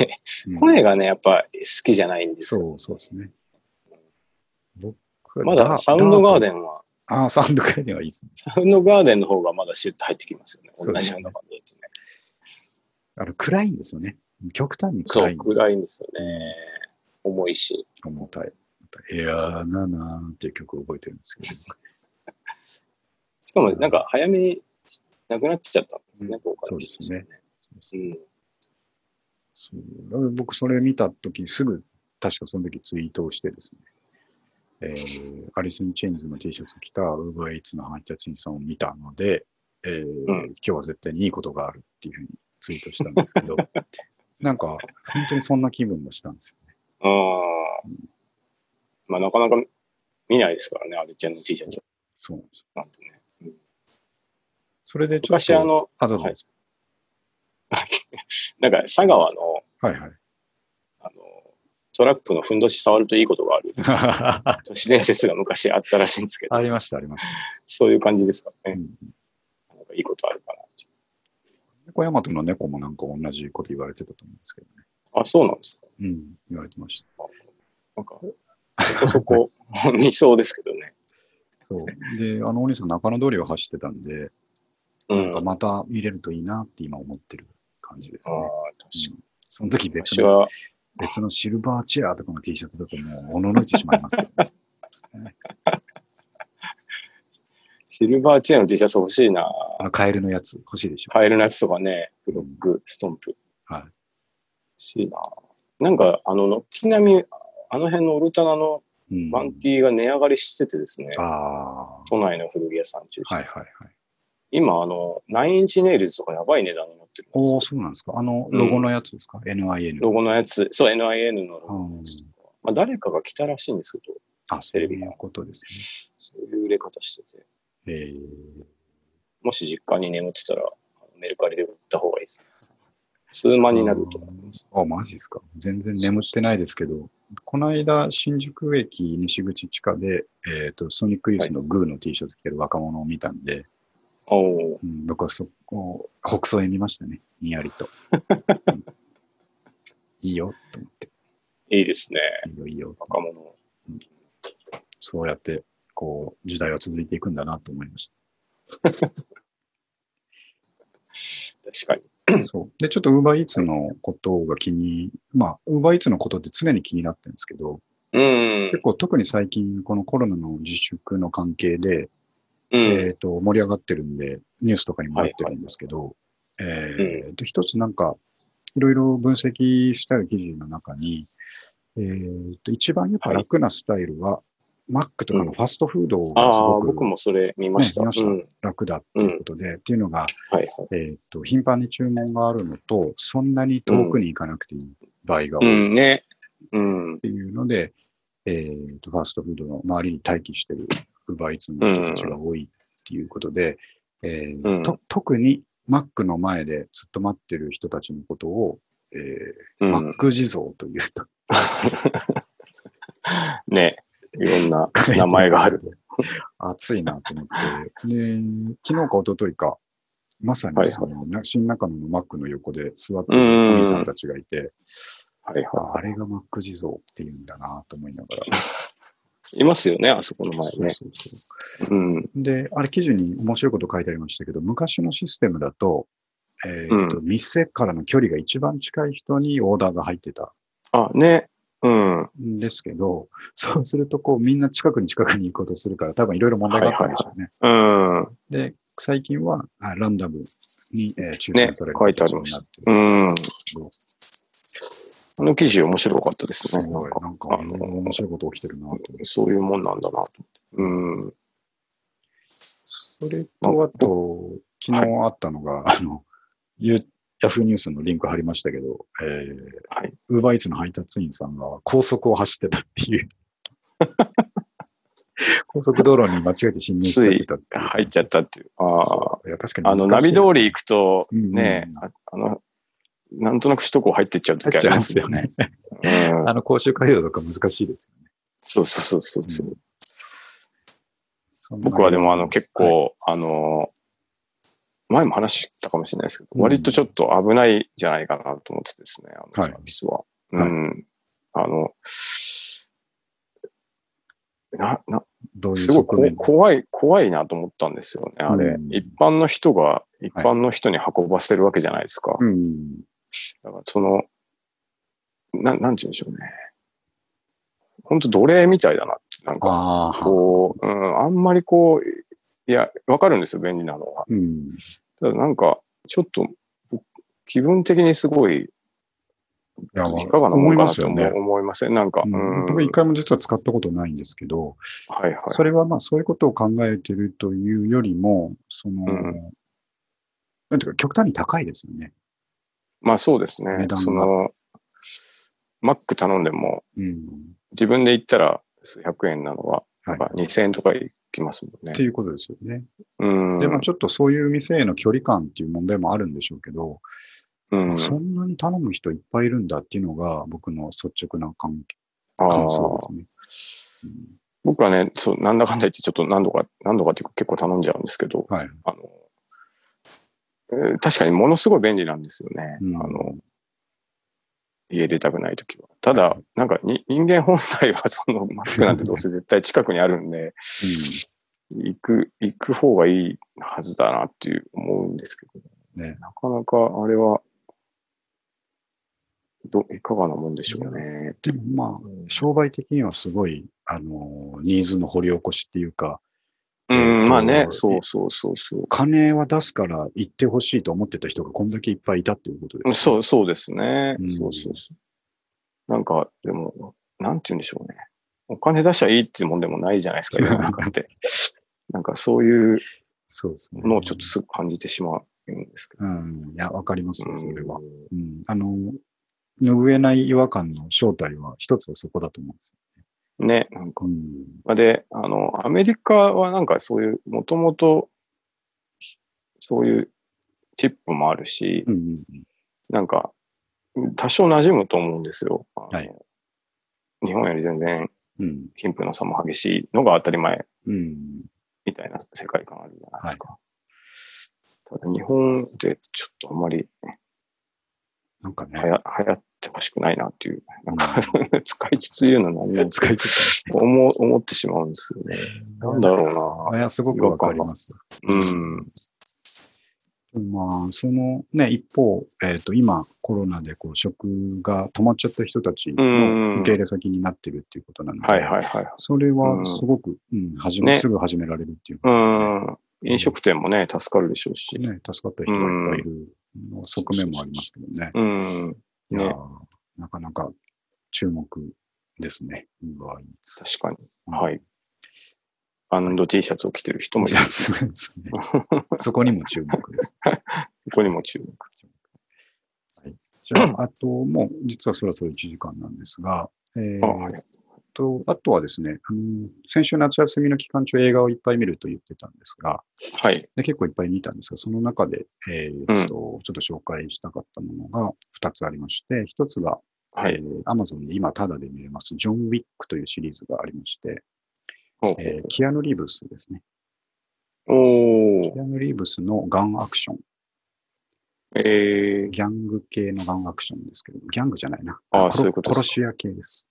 [SPEAKER 2] ね
[SPEAKER 1] うん
[SPEAKER 2] 声がね、やっぱ好きじゃないんですよ。
[SPEAKER 1] そう、そうですね。僕は
[SPEAKER 2] まだサウンドガーデンは、
[SPEAKER 1] ああ、サウンドガーデンはいいですね。
[SPEAKER 2] サウンドガーデンの方がまだシュッと入ってきますよね。
[SPEAKER 1] そう
[SPEAKER 2] 同
[SPEAKER 1] です
[SPEAKER 2] じ
[SPEAKER 1] ね
[SPEAKER 2] ような感じですね。
[SPEAKER 1] あの暗いんですよね。極端に
[SPEAKER 2] そ
[SPEAKER 1] 暗
[SPEAKER 2] う、
[SPEAKER 1] い
[SPEAKER 2] 暗いんですよね。重いし。
[SPEAKER 1] 重たい。ヘアななーっていう曲を覚えてるんですけど、
[SPEAKER 2] しかもなんか早めになくなっちゃったんです
[SPEAKER 1] う
[SPEAKER 2] ね、
[SPEAKER 1] ん
[SPEAKER 2] ボーカル
[SPEAKER 1] そうですね。
[SPEAKER 2] うん。
[SPEAKER 1] そうだから僕それ見たときすぐ、確かその時ツイートをしてですね、えーアリス・イン・チェーンズの T シャツを着たウーバーイーツの配達員さんを見たので、えー
[SPEAKER 2] うん
[SPEAKER 1] 今日は絶対にいいことがあるっていうふうにツイートしたんですけ ど、なんか本当にそんな気分もしたんですよ。
[SPEAKER 2] ああ。まあなかなか見ないですからね、アルちゃんの T シャツ
[SPEAKER 1] そうなんです。
[SPEAKER 2] なんてね。
[SPEAKER 1] それでちょっ
[SPEAKER 2] 昔あ
[SPEAKER 1] と、
[SPEAKER 2] の、
[SPEAKER 1] あ、どうぞ。
[SPEAKER 2] なんか佐川の
[SPEAKER 1] はいはい。
[SPEAKER 2] あのトラックのふんどし触るといいことがある都市伝説が昔あったらしいんですけど、
[SPEAKER 1] ありました、ありました。
[SPEAKER 2] そういう感じですか
[SPEAKER 1] う
[SPEAKER 2] ね。
[SPEAKER 1] ん
[SPEAKER 2] なんかいいことあるかなって
[SPEAKER 1] 猫ヤマトの猫もなんか同じこと言われてたと思うんですけどね。
[SPEAKER 2] あ、そうなんですか。
[SPEAKER 1] うん、言われてました。
[SPEAKER 2] なんか、そこそ こ似そうですけどね。
[SPEAKER 1] そう。で、あのお兄さん中野通りを走ってたんで、
[SPEAKER 2] う
[SPEAKER 1] なん
[SPEAKER 2] ん。
[SPEAKER 1] か
[SPEAKER 2] あ
[SPEAKER 1] また見れるといいなって今思ってる感じです
[SPEAKER 2] あー、
[SPEAKER 1] ね。
[SPEAKER 2] 確か
[SPEAKER 1] う
[SPEAKER 2] に。
[SPEAKER 1] んその時別
[SPEAKER 2] 私
[SPEAKER 1] の
[SPEAKER 2] は、
[SPEAKER 1] 別のシルバーチェアとかの T シャツだともうおののいてしまい ますけど、
[SPEAKER 2] シルバーチェーンの T シャツ欲しいな。
[SPEAKER 1] あのカエルのやつ欲しいでしょ。
[SPEAKER 2] カエルのやつとかね、ブロック、ストンプ。
[SPEAKER 1] はい
[SPEAKER 2] 欲しいな。なんか、あの、軒並み、あの辺のオルタナの
[SPEAKER 1] うん、
[SPEAKER 2] マンティが値上がりしててですね、
[SPEAKER 1] ああ
[SPEAKER 2] 都内の古着屋さん中
[SPEAKER 1] ー、
[SPEAKER 2] 心
[SPEAKER 1] は
[SPEAKER 2] に
[SPEAKER 1] いはいはい。
[SPEAKER 2] 今、あの、9インチネイルズとかやばい値段になってるんです
[SPEAKER 1] お
[SPEAKER 2] よ
[SPEAKER 1] お、そうなんですか。あの、ロゴのやつですか、?NIN。
[SPEAKER 2] ロゴのやつ、そう、NIN のロゴ
[SPEAKER 1] うん
[SPEAKER 2] のやつとか。まあ、誰かが来たらしいんですけど、
[SPEAKER 1] あ、そういうことです
[SPEAKER 2] そういう売れ方してて、
[SPEAKER 1] ね。えー、
[SPEAKER 2] もし実家に眠ってたら、メルカリで売った方がいいです。数万になると思います。
[SPEAKER 1] あ、マジですか。全然眠ってないですけど、この間、新宿駅西口地下で、えっ、と、ソニックユースのグーの T シャツ着てる若者を見たんで、
[SPEAKER 2] おお
[SPEAKER 1] うん、僕はそこう、北総へ見ましたね。にやりと。うんいいよと思って。
[SPEAKER 2] いいですね。
[SPEAKER 1] いいよ、いいよ。
[SPEAKER 2] 若者。
[SPEAKER 1] そうやって、こう、時代は続いていくんだなと思いまし
[SPEAKER 2] 確かに。
[SPEAKER 1] た。そう。で、ちょっと UberEats のことが気に、まあ、UberEats のことって常に気になってるんですけど、
[SPEAKER 2] うん
[SPEAKER 1] 結。構特に最近、このコロナの自粛の関係で、
[SPEAKER 2] う
[SPEAKER 1] え
[SPEAKER 2] ん。
[SPEAKER 1] っと盛り上がってるんで、ニュースとかにもなってるんですけど、えーと一つなんか、いろいろ分析した記事の中に、えーと一番やっぱ楽なスタイルは、マックとかのファストフード
[SPEAKER 2] あ
[SPEAKER 1] がす
[SPEAKER 2] あ、
[SPEAKER 1] ごく
[SPEAKER 2] 僕もそれ見ました。
[SPEAKER 1] ね見ました
[SPEAKER 2] うん。
[SPEAKER 1] 楽だっていうことで、っていうのが、
[SPEAKER 2] はい
[SPEAKER 1] えーと頻繁に注文があるのと、そんなに遠くに行かなくていい場合が多
[SPEAKER 2] はい。
[SPEAKER 1] いっ
[SPEAKER 2] うんね。うん。
[SPEAKER 1] ていうので、えーとファストフードの周りに待機してるウバイツの人たちが多いっていうことで、えー
[SPEAKER 2] うん
[SPEAKER 1] と特にマックの前でずっと待ってる人たちのことを、え
[SPEAKER 2] う
[SPEAKER 1] ーマッ
[SPEAKER 2] ん。
[SPEAKER 1] ク地蔵というと
[SPEAKER 2] ね。いろんな名前が ある。。
[SPEAKER 1] 暑いなと思って。で、昨日か一昨日か、まさ
[SPEAKER 2] はいは
[SPEAKER 1] に
[SPEAKER 2] い
[SPEAKER 1] その、新中野のマックの横で座って
[SPEAKER 2] うんうん
[SPEAKER 1] る
[SPEAKER 2] うん
[SPEAKER 1] お兄さんたちがいて、
[SPEAKER 2] はい
[SPEAKER 1] あ
[SPEAKER 2] は
[SPEAKER 1] あれがマック地蔵っていうんだなと思いながら。
[SPEAKER 2] い。いますよね、あそこの前ね。
[SPEAKER 1] そうそうそ
[SPEAKER 2] うん。
[SPEAKER 1] うで、あれ記事に面白いこと書いてありましたけど、昔のシステムだと、えーっと、店からの距離が一番近い人にオーダーが入ってた
[SPEAKER 2] あ、ね。うん。
[SPEAKER 1] んですけど、そうするとこうみんな近くに近くに行こうとするから多分いろいろ問題があったんでしょうね。
[SPEAKER 2] うん。
[SPEAKER 1] で、最近はあランダムに、えー抽
[SPEAKER 2] ね
[SPEAKER 1] 選され、
[SPEAKER 2] 書いてありました。うん。あの記事面白かったですね。
[SPEAKER 1] すごい、なんか
[SPEAKER 2] あの
[SPEAKER 1] 面白いこと起きてるなと思って。
[SPEAKER 2] そういうもんなんだなと思って。
[SPEAKER 1] それとあと、昨日あったのが、あの、ユヤフーニュースのリンク貼りましたけど、えー
[SPEAKER 2] はい
[SPEAKER 1] ウーバーイーツの配達員さんが高速を走ってたっていう。 高速道路に間違えて侵入しちゃってたってい
[SPEAKER 2] うん。
[SPEAKER 1] う
[SPEAKER 2] 入っちゃったっていう。あ
[SPEAKER 1] そういや確かに
[SPEAKER 2] あ。あの、ナ
[SPEAKER 1] 難しい
[SPEAKER 2] ビ
[SPEAKER 1] ですね
[SPEAKER 2] 通り行くと、
[SPEAKER 1] うん
[SPEAKER 2] ね、ああの、なんとなく首都高入ってっちゃう時ありますよね。
[SPEAKER 1] ね。
[SPEAKER 2] う ん
[SPEAKER 1] あの、講習会道とか難しいですよね。
[SPEAKER 2] そうそうそうそう。
[SPEAKER 1] うんそんな
[SPEAKER 2] 僕はでもあの結、構、あの、前も話したかもしれないですけど、
[SPEAKER 1] うん
[SPEAKER 2] 割とちょっと危ないんじゃないかなと思ってですね、あの
[SPEAKER 1] はい
[SPEAKER 2] サービスは。
[SPEAKER 1] はいう
[SPEAKER 2] うん。あの、な、な、
[SPEAKER 1] どういう
[SPEAKER 2] すごい
[SPEAKER 1] 側
[SPEAKER 2] こ
[SPEAKER 1] 面
[SPEAKER 2] 怖い、怖いなと思ったんですよね、あれ。
[SPEAKER 1] うん
[SPEAKER 2] 一般の人が、一般の人に運ばせるわけじゃないですか。
[SPEAKER 1] うん。
[SPEAKER 2] だからその、ななんて言うんでしょうね。本当奴隷みたいだなって、なんか、
[SPEAKER 1] ああ、
[SPEAKER 2] こう、うん、あんまりこう、いや、わかるんですよ、便利なのは。
[SPEAKER 1] うん。
[SPEAKER 2] ただなんか、ちょっと、僕気分的にすごい、
[SPEAKER 1] いや
[SPEAKER 2] いかがなも
[SPEAKER 1] 思い
[SPEAKER 2] んか
[SPEAKER 1] ま
[SPEAKER 2] な
[SPEAKER 1] す
[SPEAKER 2] と
[SPEAKER 1] よ
[SPEAKER 2] 思,、
[SPEAKER 1] ね。
[SPEAKER 2] 思いません。なんか、
[SPEAKER 1] う
[SPEAKER 2] うんん、
[SPEAKER 1] 僕一回も実は使ったことないんですけど、
[SPEAKER 2] はいはい。
[SPEAKER 1] それはまあそういうことを考えてるというよりも、その、
[SPEAKER 2] うん
[SPEAKER 1] なんていうか極端に高いですよね。
[SPEAKER 2] まあそうですね
[SPEAKER 1] 値段。が
[SPEAKER 2] その、マック頼んでも、
[SPEAKER 1] うん。
[SPEAKER 2] 自分で行ったら数百円なのは、
[SPEAKER 1] はい
[SPEAKER 2] まあ2000円とかいきますもん
[SPEAKER 1] っ
[SPEAKER 2] ね
[SPEAKER 1] て。いうことですよね。
[SPEAKER 2] うん。
[SPEAKER 1] で、まあちょっとそういう店への距離感っていう問題もあるんでしょうけど、
[SPEAKER 2] うん、
[SPEAKER 1] そんなに頼む人いっぱいいるんだっていうのが僕の率直な感
[SPEAKER 2] あ
[SPEAKER 1] 感
[SPEAKER 2] ー
[SPEAKER 1] 想ですね。
[SPEAKER 2] 僕はね、そう、なんだかんだ言ってちょっと何度か、何度かっていうか結構頼んじゃうんですけど、
[SPEAKER 1] うんはい。
[SPEAKER 2] あの、えー確かにものすごい便利なんですよね。
[SPEAKER 1] うん
[SPEAKER 2] あの、家出たくないときは。ただ、なんかに人間本来はそ のマックなんてどうせ絶対近くにあるんで、行く、行く方がいいはずだなっていう思うんですけど、
[SPEAKER 1] ね
[SPEAKER 2] なかなかあれは、ど、いかがなもんでしょうね。
[SPEAKER 1] でもまあ、商売的にはすごい、あの、ニーズの掘り起こしっていうか、
[SPEAKER 2] うん、まあ
[SPEAKER 1] えー
[SPEAKER 2] ね、
[SPEAKER 1] と
[SPEAKER 2] そうそうそうそう。
[SPEAKER 1] 金は出すから行ってほしいと思ってた人がこんだけいっぱいいたっていうことです、
[SPEAKER 2] そう、そうですね。
[SPEAKER 1] うん
[SPEAKER 2] そうそうそう。なんか、でも、なんて言うんでしょうね。お金出しゃいいっていうもんでもないじゃないですか、世の 中って。なんかそういう
[SPEAKER 1] そうですね。
[SPEAKER 2] のをちょっとすぐ感じてしまうんですけど。
[SPEAKER 1] うん。いや、わかりますよ、それは
[SPEAKER 2] う。ん
[SPEAKER 1] うん。あの、拭えない違和感の正体は一つはそこだと思うんです
[SPEAKER 2] ね、なんか
[SPEAKER 1] よ。うん。
[SPEAKER 2] まあで、あの、アメリカはなんかそういう、もともと、そういうチップもあるし、
[SPEAKER 1] うんうん
[SPEAKER 2] なんか、多少馴染むと思うんですよ。あの
[SPEAKER 1] はい
[SPEAKER 2] 日本より全然
[SPEAKER 1] うん。うん。
[SPEAKER 2] 貧富の差も激しいのが当たり前
[SPEAKER 1] うん。
[SPEAKER 2] みたいな世界観あるじゃないですか。ただ日本でちょっとあんまり
[SPEAKER 1] なんかね
[SPEAKER 2] は、や流行ってほしくないなっていう、なんか、
[SPEAKER 1] う
[SPEAKER 2] 使いつつ言うの何なんです
[SPEAKER 1] 使いつ
[SPEAKER 2] けど思う思ってしまうんですよね。なんだろう
[SPEAKER 1] あ
[SPEAKER 2] な。
[SPEAKER 1] れはすごくわかります。
[SPEAKER 2] うん。
[SPEAKER 1] まあ、そのね、一方、えっ、と、今、コロナでこう、食が止まっちゃった人たち
[SPEAKER 2] うん
[SPEAKER 1] の受け入れ先になってるっていうことなので、
[SPEAKER 2] はいはいはい。
[SPEAKER 1] それ
[SPEAKER 2] う
[SPEAKER 1] は
[SPEAKER 2] ん
[SPEAKER 1] すごく、うん、始め、
[SPEAKER 2] ね
[SPEAKER 1] すぐ始められるっていう
[SPEAKER 2] う
[SPEAKER 1] ことです
[SPEAKER 2] ん。飲食店もね、助かるでしょうし。
[SPEAKER 1] ね。ね、助かった人がいっぱいいるの側面もありますけどね。
[SPEAKER 2] うん。
[SPEAKER 1] い
[SPEAKER 2] うん
[SPEAKER 1] や
[SPEAKER 2] ね
[SPEAKER 1] ーなかなか注目ですね。うわ、いいです。
[SPEAKER 2] 確かに。はい。アンド T シャツを着てる人もい
[SPEAKER 1] い
[SPEAKER 2] る
[SPEAKER 1] や。そうです ね。そこにも注目です。
[SPEAKER 2] ここにも注目。
[SPEAKER 1] じゃあ、あと、もう、実はそろそろ1時間なんですが、えー
[SPEAKER 2] あはい
[SPEAKER 1] と、あとはですね、あの先週夏休みの期間中映画をいっぱい見ると言ってたんですが、
[SPEAKER 2] はい。
[SPEAKER 1] で結構いっぱい見たんですが、その中で、えー
[SPEAKER 2] うん
[SPEAKER 1] っとちょっと紹介したかったものが2つありまして、1つが、
[SPEAKER 2] は
[SPEAKER 1] え
[SPEAKER 2] い。
[SPEAKER 1] ー Amazon で今タダで見れます、ジョン・ウィックというシリーズがありまして、
[SPEAKER 2] ほう
[SPEAKER 1] えーキアヌ・リーブスですね。
[SPEAKER 2] おー
[SPEAKER 1] キ。アヌ・リーブスのガンアクション、
[SPEAKER 2] えー。
[SPEAKER 1] ギャング系のガンアクションですけど、ギャングじゃないな。
[SPEAKER 2] あー
[SPEAKER 1] 殺
[SPEAKER 2] そういうことですか
[SPEAKER 1] 殺し屋系です。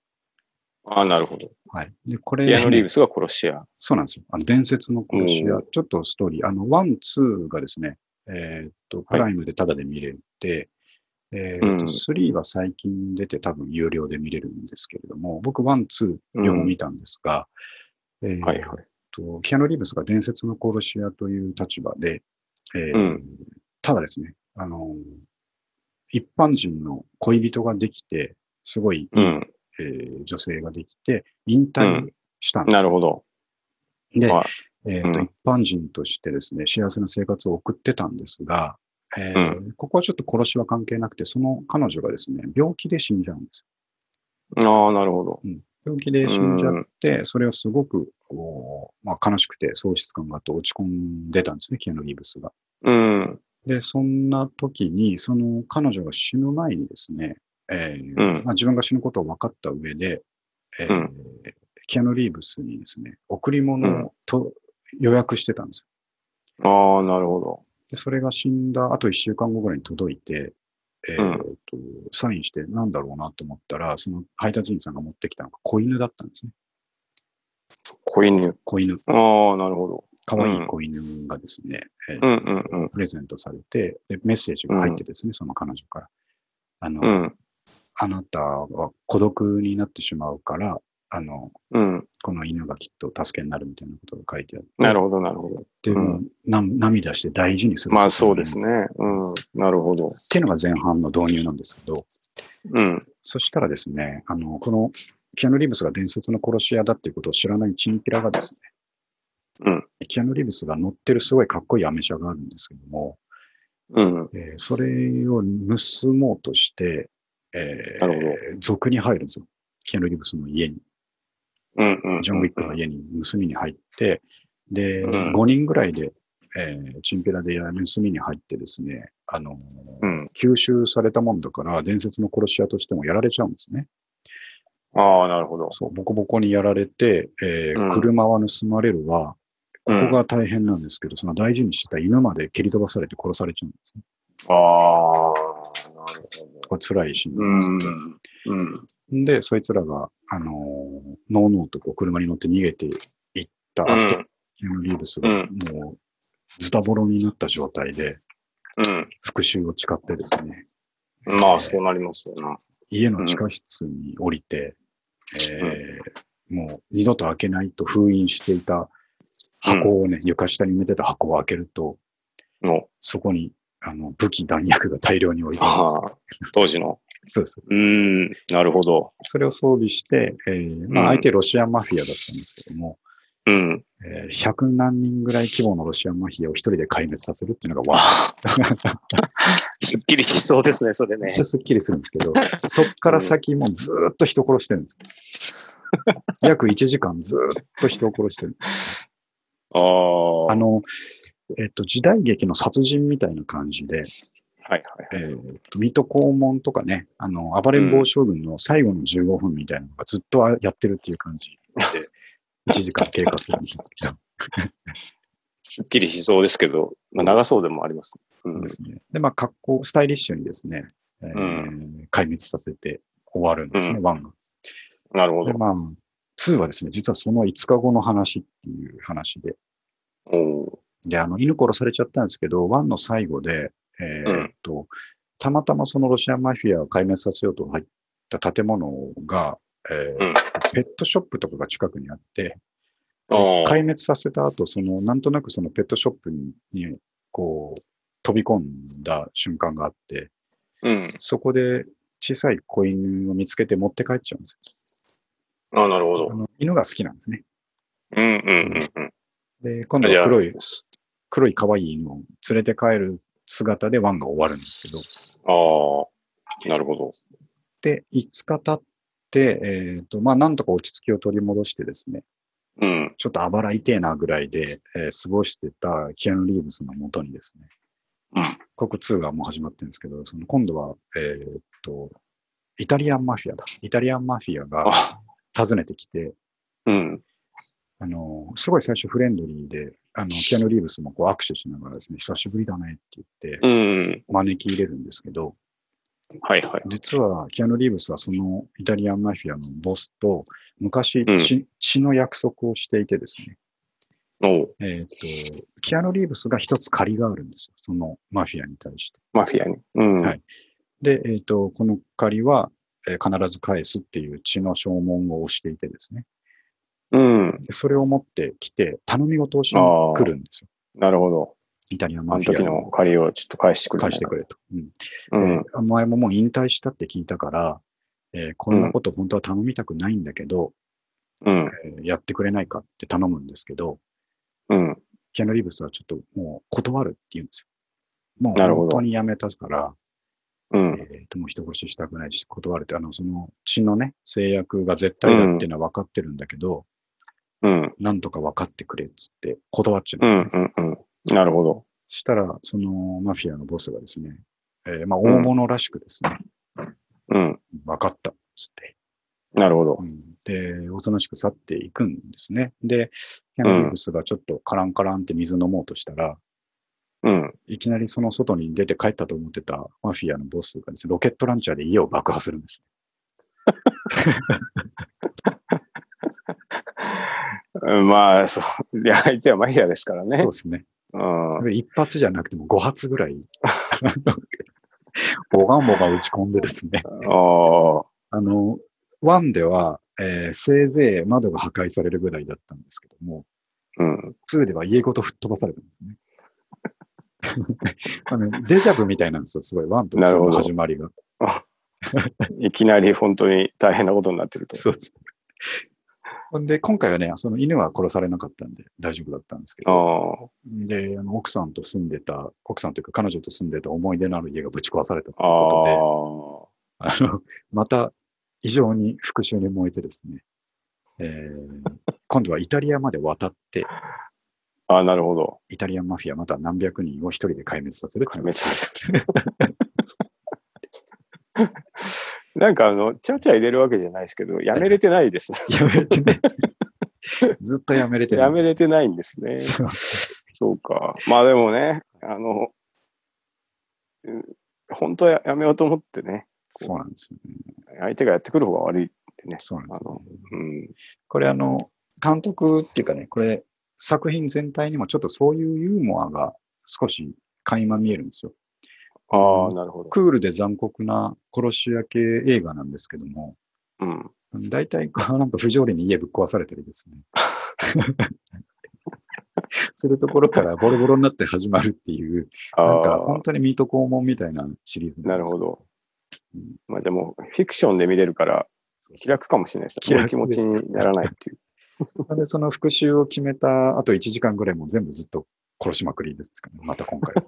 [SPEAKER 2] あ、なるほど。
[SPEAKER 1] はい。で、これ、
[SPEAKER 2] ピアノリーブスが殺し屋。
[SPEAKER 1] そうなんですよ。あの伝説の殺し
[SPEAKER 2] お
[SPEAKER 1] 屋、ちょっとストーリー、あの、ワン、ツーがですね、えーっと、プライムでタダで見れて、えーっ
[SPEAKER 2] う
[SPEAKER 1] と、
[SPEAKER 2] ん
[SPEAKER 1] スリーは最近出て多分有料で見れるんですけれども、僕、ワン、ツー、両方見たんですが、えー
[SPEAKER 2] はいはい。
[SPEAKER 1] と、キアノ・リーブスが伝説の殺し屋という立場で、えー
[SPEAKER 2] うん
[SPEAKER 1] ただですね、あの、一般人の恋人ができて、すごい、
[SPEAKER 2] うん。
[SPEAKER 1] えー女性ができて、引退したんです
[SPEAKER 2] な
[SPEAKER 1] よ、
[SPEAKER 2] るほど。
[SPEAKER 1] で、
[SPEAKER 2] はい
[SPEAKER 1] えーと
[SPEAKER 2] うん
[SPEAKER 1] 一般人としてですね、幸せな生活を送ってたんですが、えーここはちょっと殺しは関係なくて、その彼女がですね、病気で死んじゃうんです
[SPEAKER 2] ああ、なるほど。
[SPEAKER 1] よ。病気で死んじゃって、それをすごく、おーまあ、悲しくて喪失感があって落ち込んでたんですね、キアヌ・リーブスが。
[SPEAKER 2] うん。
[SPEAKER 1] で、そんな時に、その彼女が死ぬ前にですね、えー
[SPEAKER 2] うん
[SPEAKER 1] まあ、自分が死ぬことを分かった上で、えー
[SPEAKER 2] う
[SPEAKER 1] キアヌ・リーブスにですね、贈り物をと、予約してたんですよ
[SPEAKER 2] ああ、なるほど。
[SPEAKER 1] で、それが死んだあと1週間後ぐらいに届いて、えーとサインしてなんだろうなと思ったら、その配達員さんが持ってきたのが子犬だったんですね。
[SPEAKER 2] 子犬。
[SPEAKER 1] 子犬。
[SPEAKER 2] ああ、なるほど。
[SPEAKER 1] 可愛い子犬がですね、えー
[SPEAKER 2] うんうん
[SPEAKER 1] プレゼントされてで、メッセージが入ってですね、その彼女から。あの、
[SPEAKER 2] うん。うん。
[SPEAKER 1] あなたは孤独になってしまうから、あの、
[SPEAKER 2] うん。
[SPEAKER 1] この犬がきっと助けになるみたいなことが書いてあって、
[SPEAKER 2] なるほど、なるほど。
[SPEAKER 1] で
[SPEAKER 2] うん
[SPEAKER 1] もうな涙して大事にする。
[SPEAKER 2] まあそうです
[SPEAKER 1] ね。
[SPEAKER 2] ね。うん。なるほど。
[SPEAKER 1] っていうのが前半の導入なんですけど、
[SPEAKER 2] うん。
[SPEAKER 1] そしたらですね、あの、このキアヌ・リーブスが伝説の殺し屋だっていうことを知らないチンピラがですね、
[SPEAKER 2] うん
[SPEAKER 1] キアヌ・リーブスが乗ってるすごいかっこいいアメ車があるんですけども、
[SPEAKER 2] うん。
[SPEAKER 1] えーそれを盗もうとして、え
[SPEAKER 2] なる
[SPEAKER 1] ー、俗に入るんですよ。キアヌ・リーブスの家に、
[SPEAKER 2] うん。うん。
[SPEAKER 1] ジョン・ウィックの家に盗みに入って、で、
[SPEAKER 2] うん
[SPEAKER 1] 5人ぐらいで、えーチンピラで盗みに入ってですね、あの、
[SPEAKER 2] うん。
[SPEAKER 1] 吸収されたもんだから伝説の殺し屋としてもやられちゃうんですね。
[SPEAKER 2] ああ、なるほど。
[SPEAKER 1] そう、ボコボコにやられて、えー
[SPEAKER 2] うん
[SPEAKER 1] 車は盗まれるわ。こ
[SPEAKER 2] うん
[SPEAKER 1] こが大変なんですけど、その大事にしてた犬まで蹴り飛ばされて殺されちゃうんですね。
[SPEAKER 2] ああ、なるほど。
[SPEAKER 1] これ辛いシーン
[SPEAKER 2] う
[SPEAKER 1] なん
[SPEAKER 2] ん。
[SPEAKER 1] ですけ
[SPEAKER 2] うん。
[SPEAKER 1] ど。で、そいつらが、あのー、ノーノーとこう車に乗って逃げていった
[SPEAKER 2] う
[SPEAKER 1] 後、
[SPEAKER 2] ん。
[SPEAKER 1] キアヌ・リーブスが
[SPEAKER 2] う
[SPEAKER 1] もう、ズタボロになった状態で、復讐を誓ってですね、
[SPEAKER 2] うん。まあそうなりますよな。
[SPEAKER 1] 家の地下室に降りて、えーもう二度と開けないと封印していた箱をね、床下に埋めてた箱を開けると、
[SPEAKER 2] の。
[SPEAKER 1] そこにあの武器、弾薬が大量に置いてありま
[SPEAKER 2] ああ、当時の。
[SPEAKER 1] す。そうです。
[SPEAKER 2] うん。なるほど。
[SPEAKER 1] それを装備して、えーま
[SPEAKER 2] う
[SPEAKER 1] あ、
[SPEAKER 2] ん
[SPEAKER 1] 相手ロシアマフィアだったんですけども、
[SPEAKER 2] うん。
[SPEAKER 1] えー100何人ぐらい規模のロシアマフィアを一人で壊滅させるっていうのが、わ
[SPEAKER 2] すっきりしそうですね、それね
[SPEAKER 1] めっち。ゃすっきりするんですけ ど、そっから先もうずーっと人殺してるんですよ。約1時間ずーっと人を殺してる。
[SPEAKER 2] ああ。
[SPEAKER 1] あ
[SPEAKER 2] はい
[SPEAKER 1] の、えっと、時代劇の殺人みたいな感じで、
[SPEAKER 2] はい
[SPEAKER 1] え
[SPEAKER 2] はい。
[SPEAKER 1] ー、水戸黄門とかね、あの、暴れん坊将軍の最後の15分みたいなのがずっとあやってるっていう感じで、1時間経過するんですけど、
[SPEAKER 2] すっきりしそうですけど、まあ、長そうでもあります、ね。うん。
[SPEAKER 1] ですね。で、まあ、格好、スタイリッシュにですね、えー
[SPEAKER 2] ん
[SPEAKER 1] 壊滅させて終わるんですね、1
[SPEAKER 2] う
[SPEAKER 1] が。
[SPEAKER 2] なるほど
[SPEAKER 1] で、。まあ、2はですね、実はその5日後の話っていう話で、
[SPEAKER 2] おー
[SPEAKER 1] で、あの、犬殺されちゃったんですけど、1の最後で、えーっと、たまたまそのロシアンマフィアを壊滅させようと入った建物が、えー
[SPEAKER 2] うん
[SPEAKER 1] ペットショップとかが近くにあって、
[SPEAKER 2] おー
[SPEAKER 1] 壊滅させた後、その、なんとなくそのペットショップに、にこう、飛び込んだ瞬間があって、
[SPEAKER 2] うん。
[SPEAKER 1] そこで小さい子犬を見つけて持って帰っちゃうんです
[SPEAKER 2] あなる
[SPEAKER 1] よ。
[SPEAKER 2] ほど
[SPEAKER 1] あ。の犬が好きなんですね。
[SPEAKER 2] うんうんうん
[SPEAKER 1] で、今
[SPEAKER 2] うん。
[SPEAKER 1] 度
[SPEAKER 2] じゃ
[SPEAKER 1] は
[SPEAKER 2] あ
[SPEAKER 1] 黒い、黒い可愛い犬を連れて帰る姿でワンが終わるんですけど、
[SPEAKER 2] ああ、なるほど。
[SPEAKER 1] で、5日経って、えっ、と、まあ、なんとか落ち着きを取り戻してですね、
[SPEAKER 2] うん。
[SPEAKER 1] ちょっとあばら痛えなぐらいで、えー過ごしてたキアヌ・リーブスのもとにですね、
[SPEAKER 2] うん
[SPEAKER 1] 国2がもう始まってるんですけど、その今度は、えっと、イタリアンマフィアだ。イタリアンマフィアが
[SPEAKER 2] あ
[SPEAKER 1] 訪ねてきて、
[SPEAKER 2] うん。
[SPEAKER 1] あの、すごい最初フレンドリーで、あの、キアヌ・リーブスもこう握手しながらですね、久しぶりだねって言って、
[SPEAKER 2] うん。
[SPEAKER 1] 招き入れるんですけど、
[SPEAKER 2] はいはい。
[SPEAKER 1] 実はキアヌ・リーブスはそのイタリアンマフィアのボスと昔
[SPEAKER 2] うん
[SPEAKER 1] 血、血の約束をしていてですね、
[SPEAKER 2] おう
[SPEAKER 1] えっ、と、キアヌ・リーブスが一つ借りがあるんですよ、そのマフィアに対して。
[SPEAKER 2] マフィアに。うん。
[SPEAKER 1] はいで、えっ、と、この借りは、えー必ず返すっていう血の証文を押していてですね、
[SPEAKER 2] うん。
[SPEAKER 1] でそれを持ってきて頼み事をしに来るんですよ、
[SPEAKER 2] なるほど。
[SPEAKER 1] イタリアン
[SPEAKER 2] あ
[SPEAKER 1] マ
[SPEAKER 2] の
[SPEAKER 1] フィア
[SPEAKER 2] 時の借りをちょっと返してくれ
[SPEAKER 1] 返してく
[SPEAKER 2] れ。
[SPEAKER 1] れと。うん
[SPEAKER 2] うん。
[SPEAKER 1] お前ももう引退したって聞いたから、えーこんなこと本当は頼みたくないんだけど、
[SPEAKER 2] うん。
[SPEAKER 1] えーやってくれないかって頼むんですけど、
[SPEAKER 2] うん。
[SPEAKER 1] キアヌ・リーブスはちょっともう断るって言うんですよ。もう
[SPEAKER 2] なるほ
[SPEAKER 1] 本
[SPEAKER 2] ど
[SPEAKER 1] 当にやめたから、
[SPEAKER 2] うん。
[SPEAKER 1] えーともう人殺ししたくないし、断るって、あの、その血のね、制約が絶対だっていうのは分かってるんだけど、
[SPEAKER 2] うん。
[SPEAKER 1] なんとか分かってくれっつって断っちゃ
[SPEAKER 2] う
[SPEAKER 1] うん
[SPEAKER 2] ん。
[SPEAKER 1] で
[SPEAKER 2] う
[SPEAKER 1] すね。
[SPEAKER 2] ん。うん。なるほど。
[SPEAKER 1] したら、そのマフィアのボスがですね、えーまあ大物らしくですね、
[SPEAKER 2] うん。
[SPEAKER 1] 分かったっつって、
[SPEAKER 2] なるほど。
[SPEAKER 1] で、おとなしく去っていくんですね。で、キャンリーブスがちょっとカランカランって水飲もうとしたら、
[SPEAKER 2] うん。
[SPEAKER 1] いきなりその外に出て帰ったと思ってたマフィアのボスがですね、ロケットランチャーで家を爆破するんです。
[SPEAKER 2] うんまあ、そう。いや、相手はマフィアですからね
[SPEAKER 1] そう。ですね。
[SPEAKER 2] うん。
[SPEAKER 1] それ一発じゃなくても5発ぐらい、 ボガンボガン打ち込んでですね。
[SPEAKER 2] あ
[SPEAKER 1] あの、ワンでは、えーせいぜい窓が破壊されるぐらいだったんですけども、
[SPEAKER 2] あ。うん。
[SPEAKER 1] 2では家ごと吹っ飛ばされたんですね。 あのデジャブみたいなんですよ、すごい。1と
[SPEAKER 2] なる
[SPEAKER 1] 2
[SPEAKER 2] ほ
[SPEAKER 1] の
[SPEAKER 2] ど
[SPEAKER 1] 始まりが。
[SPEAKER 2] いきなり本当に大変なことになって ると。
[SPEAKER 1] そうです。ほんで、今回はね、その犬は殺されなかったんで大丈夫だったんですけど、
[SPEAKER 2] あ
[SPEAKER 1] で、あの奥さんと住んでた、奥さんというか彼女と住んでた思い出のある家がぶち壊されたという
[SPEAKER 2] あ。あ
[SPEAKER 1] こ
[SPEAKER 2] あ。
[SPEAKER 1] とで、あの、 また異常に復讐に燃えてですね、え ー今度はイタリアまで渡って、
[SPEAKER 2] ああ、なるほど。
[SPEAKER 1] イタリアンマフィアまた何百人を一人で壊滅させるって
[SPEAKER 2] 壊
[SPEAKER 1] いう
[SPEAKER 2] 滅する。なんかあの、ちゃちゃ入れるわけじゃないですけど、やめれてないですね。
[SPEAKER 1] やめれてないです ねずっとやめれてない。
[SPEAKER 2] やめれてないんですね。
[SPEAKER 1] そう
[SPEAKER 2] そうか。まあでもね、あの、うん本当はやめようと思ってね、
[SPEAKER 1] そうなんですよね。
[SPEAKER 2] 相手がやってくる方が悪い。
[SPEAKER 1] そうなんです
[SPEAKER 2] あの
[SPEAKER 1] よね、
[SPEAKER 2] うん。
[SPEAKER 1] これあの、監督っていうかね、これ作品全体にもちょっとそういうユーモアが少し垣間見えるんですよ。
[SPEAKER 2] ああ、なるほど。
[SPEAKER 1] クールで残酷な殺し屋系映画なんですけども、
[SPEAKER 2] うん。
[SPEAKER 1] 大体こうなん か不条理に家ぶっ壊されたりですね。 するところからボロボロになって始まるっていう、な
[SPEAKER 2] あ
[SPEAKER 1] んか
[SPEAKER 2] あ
[SPEAKER 1] 本、当にミート肛門みたいなシリーズ
[SPEAKER 2] なるほ
[SPEAKER 1] ど。
[SPEAKER 2] ど
[SPEAKER 1] うん。
[SPEAKER 2] まあでも、フィクションで見れるから、気楽かもしれないです
[SPEAKER 1] 気
[SPEAKER 2] ね。
[SPEAKER 1] 楽
[SPEAKER 2] そういう気持ちにならないって いう。
[SPEAKER 1] で、その復讐を決めたあと1時間ぐらいも全部ずっと殺しまくりですから、ね、また今回は。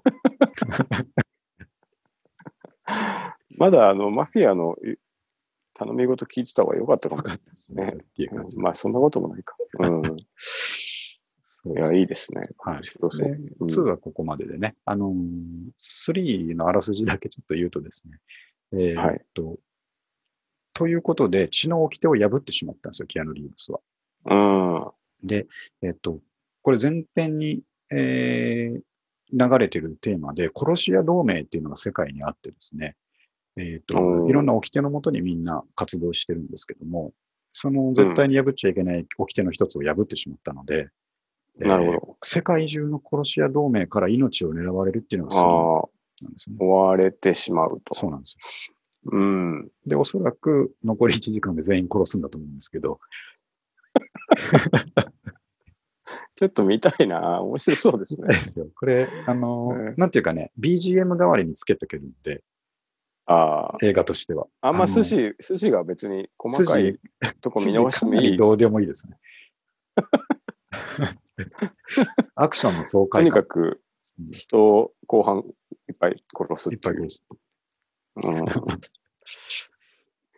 [SPEAKER 2] まだあの、マフィアの頼み事聞いてた方が良かったかもしれないね
[SPEAKER 1] っていう感じ。
[SPEAKER 2] まあ、そんなこともないか。うん。い
[SPEAKER 1] そうです
[SPEAKER 2] や、 いいですね。
[SPEAKER 1] はい
[SPEAKER 2] 面白そう。
[SPEAKER 1] ね
[SPEAKER 2] うん
[SPEAKER 1] 2はここまででね、あのー、3のあらすじだけちょっと言うとですね、えー
[SPEAKER 2] はい
[SPEAKER 1] っと、ということで、血の掟を破ってしまったんですよ、キアヌ・リーブスは。
[SPEAKER 2] うん。
[SPEAKER 1] で、えーっと、これ前編にえー流れてるテーマで、殺し屋同盟っていうのが世界にあってですね、えっ、
[SPEAKER 2] う
[SPEAKER 1] と、
[SPEAKER 2] ん
[SPEAKER 1] いろんな掟のもとにみんな活動してるんですけども、その絶対に破っちゃいけない掟の一つを破ってしまったので、えー
[SPEAKER 2] なるほ
[SPEAKER 1] 世界中の殺し屋同盟から命を狙われるっていうのがスリー
[SPEAKER 2] ど。ああ、
[SPEAKER 1] なんですよね。
[SPEAKER 2] 追われてしまうと。
[SPEAKER 1] そうなんですよ。
[SPEAKER 2] うん。
[SPEAKER 1] で、おそらく残り1時間で全員殺すんだと思うんですけ ど、
[SPEAKER 2] ちょっと見たいな。面白そうです
[SPEAKER 1] で
[SPEAKER 2] ね。
[SPEAKER 1] すよこれ、あのー
[SPEAKER 2] うん
[SPEAKER 1] なんていうかね、BGM 代わりにつけとけるんで、
[SPEAKER 2] ああ。
[SPEAKER 1] 映画としては。
[SPEAKER 2] あん
[SPEAKER 1] あの
[SPEAKER 2] ま寿司、寿司が別に細かいとこ見逃しても
[SPEAKER 1] かないり
[SPEAKER 2] い。
[SPEAKER 1] どうでもいいです ね。アクションの爽
[SPEAKER 2] と
[SPEAKER 1] 快
[SPEAKER 2] に
[SPEAKER 1] 感
[SPEAKER 2] かく
[SPEAKER 1] うん
[SPEAKER 2] 人を後半いっぱい殺す
[SPEAKER 1] いっ
[SPEAKER 2] って
[SPEAKER 1] ぱい
[SPEAKER 2] い
[SPEAKER 1] で
[SPEAKER 2] う。
[SPEAKER 1] す。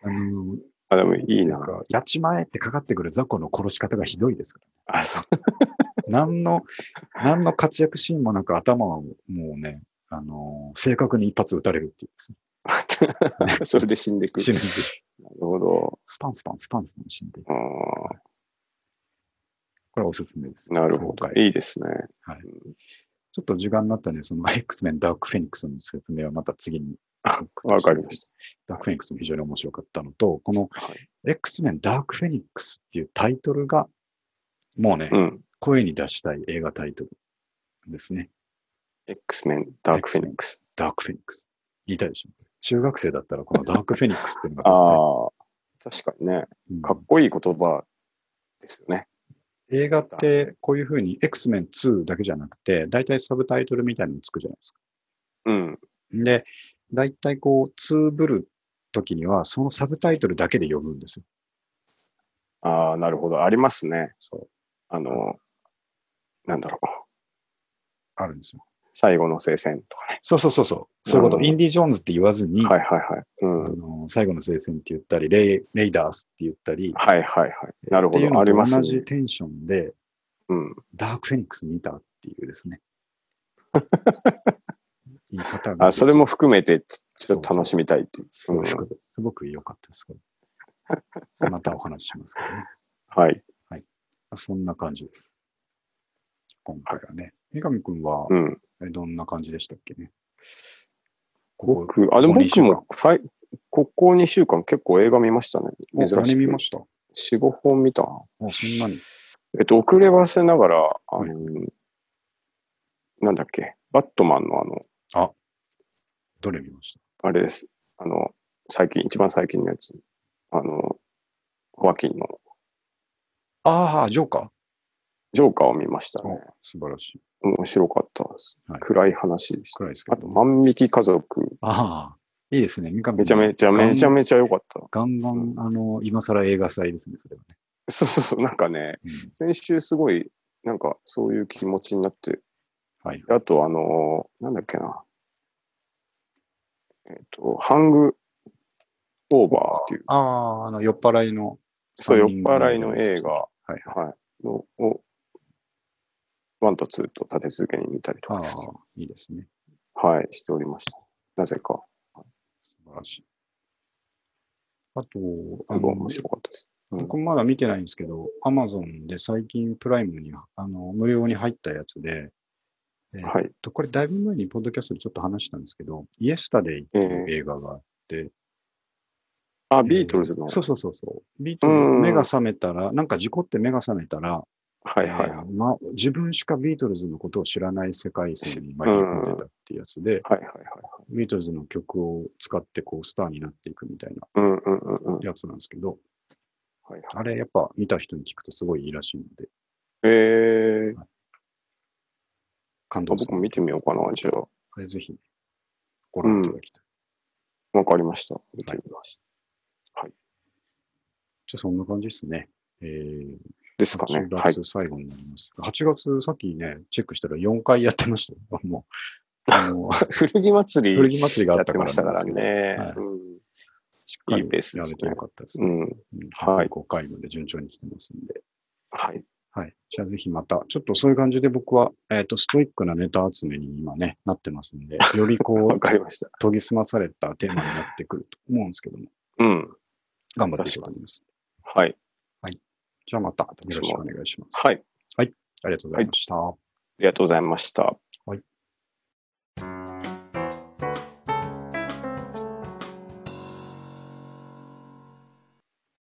[SPEAKER 2] う
[SPEAKER 1] あ
[SPEAKER 2] ん
[SPEAKER 1] のー
[SPEAKER 2] あ、でもいいな
[SPEAKER 1] なん。か、やっちまえってかかってくる雑魚の殺し方がひどいですから。
[SPEAKER 2] あ、そ
[SPEAKER 1] 何の、何の活躍シーンもなく頭をもうね、あのー正確に一発撃たれるっていうですね。
[SPEAKER 2] う それで死んでいく。
[SPEAKER 1] 死ぬんです
[SPEAKER 2] なるほど。
[SPEAKER 1] スパンスパンスパンスパン死んでいく。
[SPEAKER 2] うん
[SPEAKER 1] これはおすすめです。
[SPEAKER 2] なるほ
[SPEAKER 1] 爽
[SPEAKER 2] ど
[SPEAKER 1] 快。
[SPEAKER 2] いいですね。
[SPEAKER 1] ちょっと時間になったんで、その X メンダークフェニックスの説明はまた次に。
[SPEAKER 2] わかりました。
[SPEAKER 1] ダークフェニックスも非常に面白かったのと、この
[SPEAKER 2] は
[SPEAKER 1] X メンダークフェニックスっていうタイトルが、もうね、
[SPEAKER 2] うん。
[SPEAKER 1] 声に出したい映画タイトルですね。
[SPEAKER 2] X-Men、ダークフェニックス。
[SPEAKER 1] ダークフェニックス。言いたいでしょ。中学生だったら このダークフェニックスっていうの
[SPEAKER 2] あ
[SPEAKER 1] が
[SPEAKER 2] あ、確かにね。
[SPEAKER 1] 絶
[SPEAKER 2] か
[SPEAKER 1] 対、
[SPEAKER 2] っこいい言葉ですよね。
[SPEAKER 1] うん映画ってこういうふうに X メン2だけじゃなくて、大体サブタイトルみたいなのつくじゃないですか。
[SPEAKER 2] うん。
[SPEAKER 1] で、大体こう、ツーブル時にはそのサブタイトルだけで呼ぶんですよ。
[SPEAKER 2] ああ、なるほど。ありますね。
[SPEAKER 1] そう。
[SPEAKER 2] あの、なんだろう。
[SPEAKER 1] あるんですよ。
[SPEAKER 2] 最後の聖戦とかね。
[SPEAKER 1] そうそうそうそう。そういうこと。
[SPEAKER 2] うん
[SPEAKER 1] インディ・ジョーンズって言わずに、
[SPEAKER 2] はいはいはい。う
[SPEAKER 1] あ
[SPEAKER 2] ん。
[SPEAKER 1] の最後の聖戦って言ったり、レイレイダースって言ったり、
[SPEAKER 2] はいはいはい。なる
[SPEAKER 1] って
[SPEAKER 2] ほ
[SPEAKER 1] いう
[SPEAKER 2] ど。
[SPEAKER 1] の
[SPEAKER 2] あり
[SPEAKER 1] と
[SPEAKER 2] ます
[SPEAKER 1] 同
[SPEAKER 2] ね
[SPEAKER 1] じ。テンションで、
[SPEAKER 2] うん。
[SPEAKER 1] ダークフェニックス見たっていうです ね。言い方が。
[SPEAKER 2] あ、それも含めて、ちちょ
[SPEAKER 1] そ
[SPEAKER 2] っと
[SPEAKER 1] う
[SPEAKER 2] 楽しみたいっていう。
[SPEAKER 1] すごい良かったです。すごく良かったです。これまたお話ししますけどね。
[SPEAKER 2] はい。
[SPEAKER 1] そんな感じです。今回はね。三上くんは
[SPEAKER 2] う、ん。
[SPEAKER 1] えどんな感じでしたっけね。ここ
[SPEAKER 2] 僕、あ、でも
[SPEAKER 1] ここ二週
[SPEAKER 2] 僕
[SPEAKER 1] 間
[SPEAKER 2] も、さいここ2週間結構映画見ましたね。
[SPEAKER 1] お
[SPEAKER 2] 珍し
[SPEAKER 1] 何見
[SPEAKER 2] く
[SPEAKER 1] ま。した
[SPEAKER 2] 4、5本見たな。
[SPEAKER 1] おそんなに。
[SPEAKER 2] えっと、遅ればせながら、あの、
[SPEAKER 1] はい
[SPEAKER 2] なんだっけ、バットマンのあの、
[SPEAKER 1] どれ見ました
[SPEAKER 2] あれです。あの、最近、一番最近のやつ。あの、ホアキンの
[SPEAKER 1] ああ、ジョーカ
[SPEAKER 2] ジョーカーを見ました
[SPEAKER 1] ー
[SPEAKER 2] ね。
[SPEAKER 1] お素晴らしい。
[SPEAKER 2] 面白かったです。
[SPEAKER 1] はい
[SPEAKER 2] 暗い話でした。
[SPEAKER 1] 暗いですけ
[SPEAKER 2] あ
[SPEAKER 1] ど
[SPEAKER 2] と、。万引き家族。
[SPEAKER 1] ああ、いいですね。三上君
[SPEAKER 2] めちゃめちゃ、めちゃめちゃ良かった。
[SPEAKER 1] ガンガン、あの、今更映画祭ですね、それはね。
[SPEAKER 2] そうそうそう、なんかね、
[SPEAKER 1] うん
[SPEAKER 2] 先週すごい、なんかそういう気持ちになって、
[SPEAKER 1] はい。
[SPEAKER 2] あとあのーなんだっけな、えっ、と、ハングオーバーっていう、
[SPEAKER 1] ああ、あの、酔っ払いの。
[SPEAKER 2] そう、酔っ
[SPEAKER 1] ハングオーバー
[SPEAKER 2] 払いの映画、は
[SPEAKER 1] はい。
[SPEAKER 2] い、のを、ワンとツーと立て続けに見たりと
[SPEAKER 1] ああ
[SPEAKER 2] か、、
[SPEAKER 1] いいですね。
[SPEAKER 2] はい、しておりました。なぜか、
[SPEAKER 1] 素晴らしい。あと、
[SPEAKER 2] す
[SPEAKER 1] あ
[SPEAKER 2] ごい
[SPEAKER 1] の、
[SPEAKER 2] 面白かったです。うん
[SPEAKER 1] 僕まだ見てないんですけど、アマゾンで最近プライムに、あの、無料に入ったやつで、えー
[SPEAKER 2] はい
[SPEAKER 1] えっとこれだいぶ前にポッドキャストでちょっと話したんですけど、イエスタデイっていう映画があって、
[SPEAKER 2] あ、ビートルズの、
[SPEAKER 1] そうそうそうそう。ビートルズ
[SPEAKER 2] うん
[SPEAKER 1] 目が覚めたら、なんか事故って目が覚めたら、
[SPEAKER 2] はいはい
[SPEAKER 1] え
[SPEAKER 2] はい。
[SPEAKER 1] ーま、自分しかビートルズのことを知らない世界線に紛れ込んでたっていうやつで、
[SPEAKER 2] はいはいはい。
[SPEAKER 1] ビートルズの曲を使ってこうスターになっていくみたいな
[SPEAKER 2] うんうんうんうん。はい
[SPEAKER 1] やつなんですけど、
[SPEAKER 2] はい、
[SPEAKER 1] あれやっぱ見た人に聞くとすごいいいらしいので、
[SPEAKER 2] えー、
[SPEAKER 1] 感動す
[SPEAKER 2] 僕も
[SPEAKER 1] る。
[SPEAKER 2] 見てみようかな、じゃあ。
[SPEAKER 1] これぜひご覧いただきたい。
[SPEAKER 2] わかりました。見てみます。
[SPEAKER 1] じゃあそんな感じですね。えー、
[SPEAKER 2] ですかね
[SPEAKER 1] 8。
[SPEAKER 2] はい。
[SPEAKER 1] 月最後になりますが、8月さっきね、チェックしたら4回やってましたよ。 もう、あ の、
[SPEAKER 2] 古着祭
[SPEAKER 1] 古
[SPEAKER 2] り
[SPEAKER 1] 着祭りが
[SPEAKER 2] や
[SPEAKER 1] あっ
[SPEAKER 2] った
[SPEAKER 1] か
[SPEAKER 2] て
[SPEAKER 1] ら
[SPEAKER 2] ましたか
[SPEAKER 1] な
[SPEAKER 2] ら
[SPEAKER 1] んですけど
[SPEAKER 2] ね。
[SPEAKER 1] はいしっ
[SPEAKER 2] いいペースですね
[SPEAKER 1] やれてよかったです
[SPEAKER 2] う
[SPEAKER 1] ね。
[SPEAKER 2] ん。うん
[SPEAKER 1] は。
[SPEAKER 2] はいい
[SPEAKER 1] 5回まで順調に来てますんで。
[SPEAKER 2] はい。
[SPEAKER 1] はい。じゃあぜひまた、ちょっとそういう感じで僕は、えっ、と、ストイックなネタ集めに今ね、なってます んで、よりこ
[SPEAKER 2] わ
[SPEAKER 1] う、
[SPEAKER 2] かりました。
[SPEAKER 1] 研ぎ澄まされたテーマになってくると思うんですけども、
[SPEAKER 2] うん。
[SPEAKER 1] 頑張っていきたいと思います。
[SPEAKER 2] はい。
[SPEAKER 1] じゃあまた、よろしくお願いします。
[SPEAKER 2] はい。
[SPEAKER 1] ありがとうございました。
[SPEAKER 2] りがとうございました。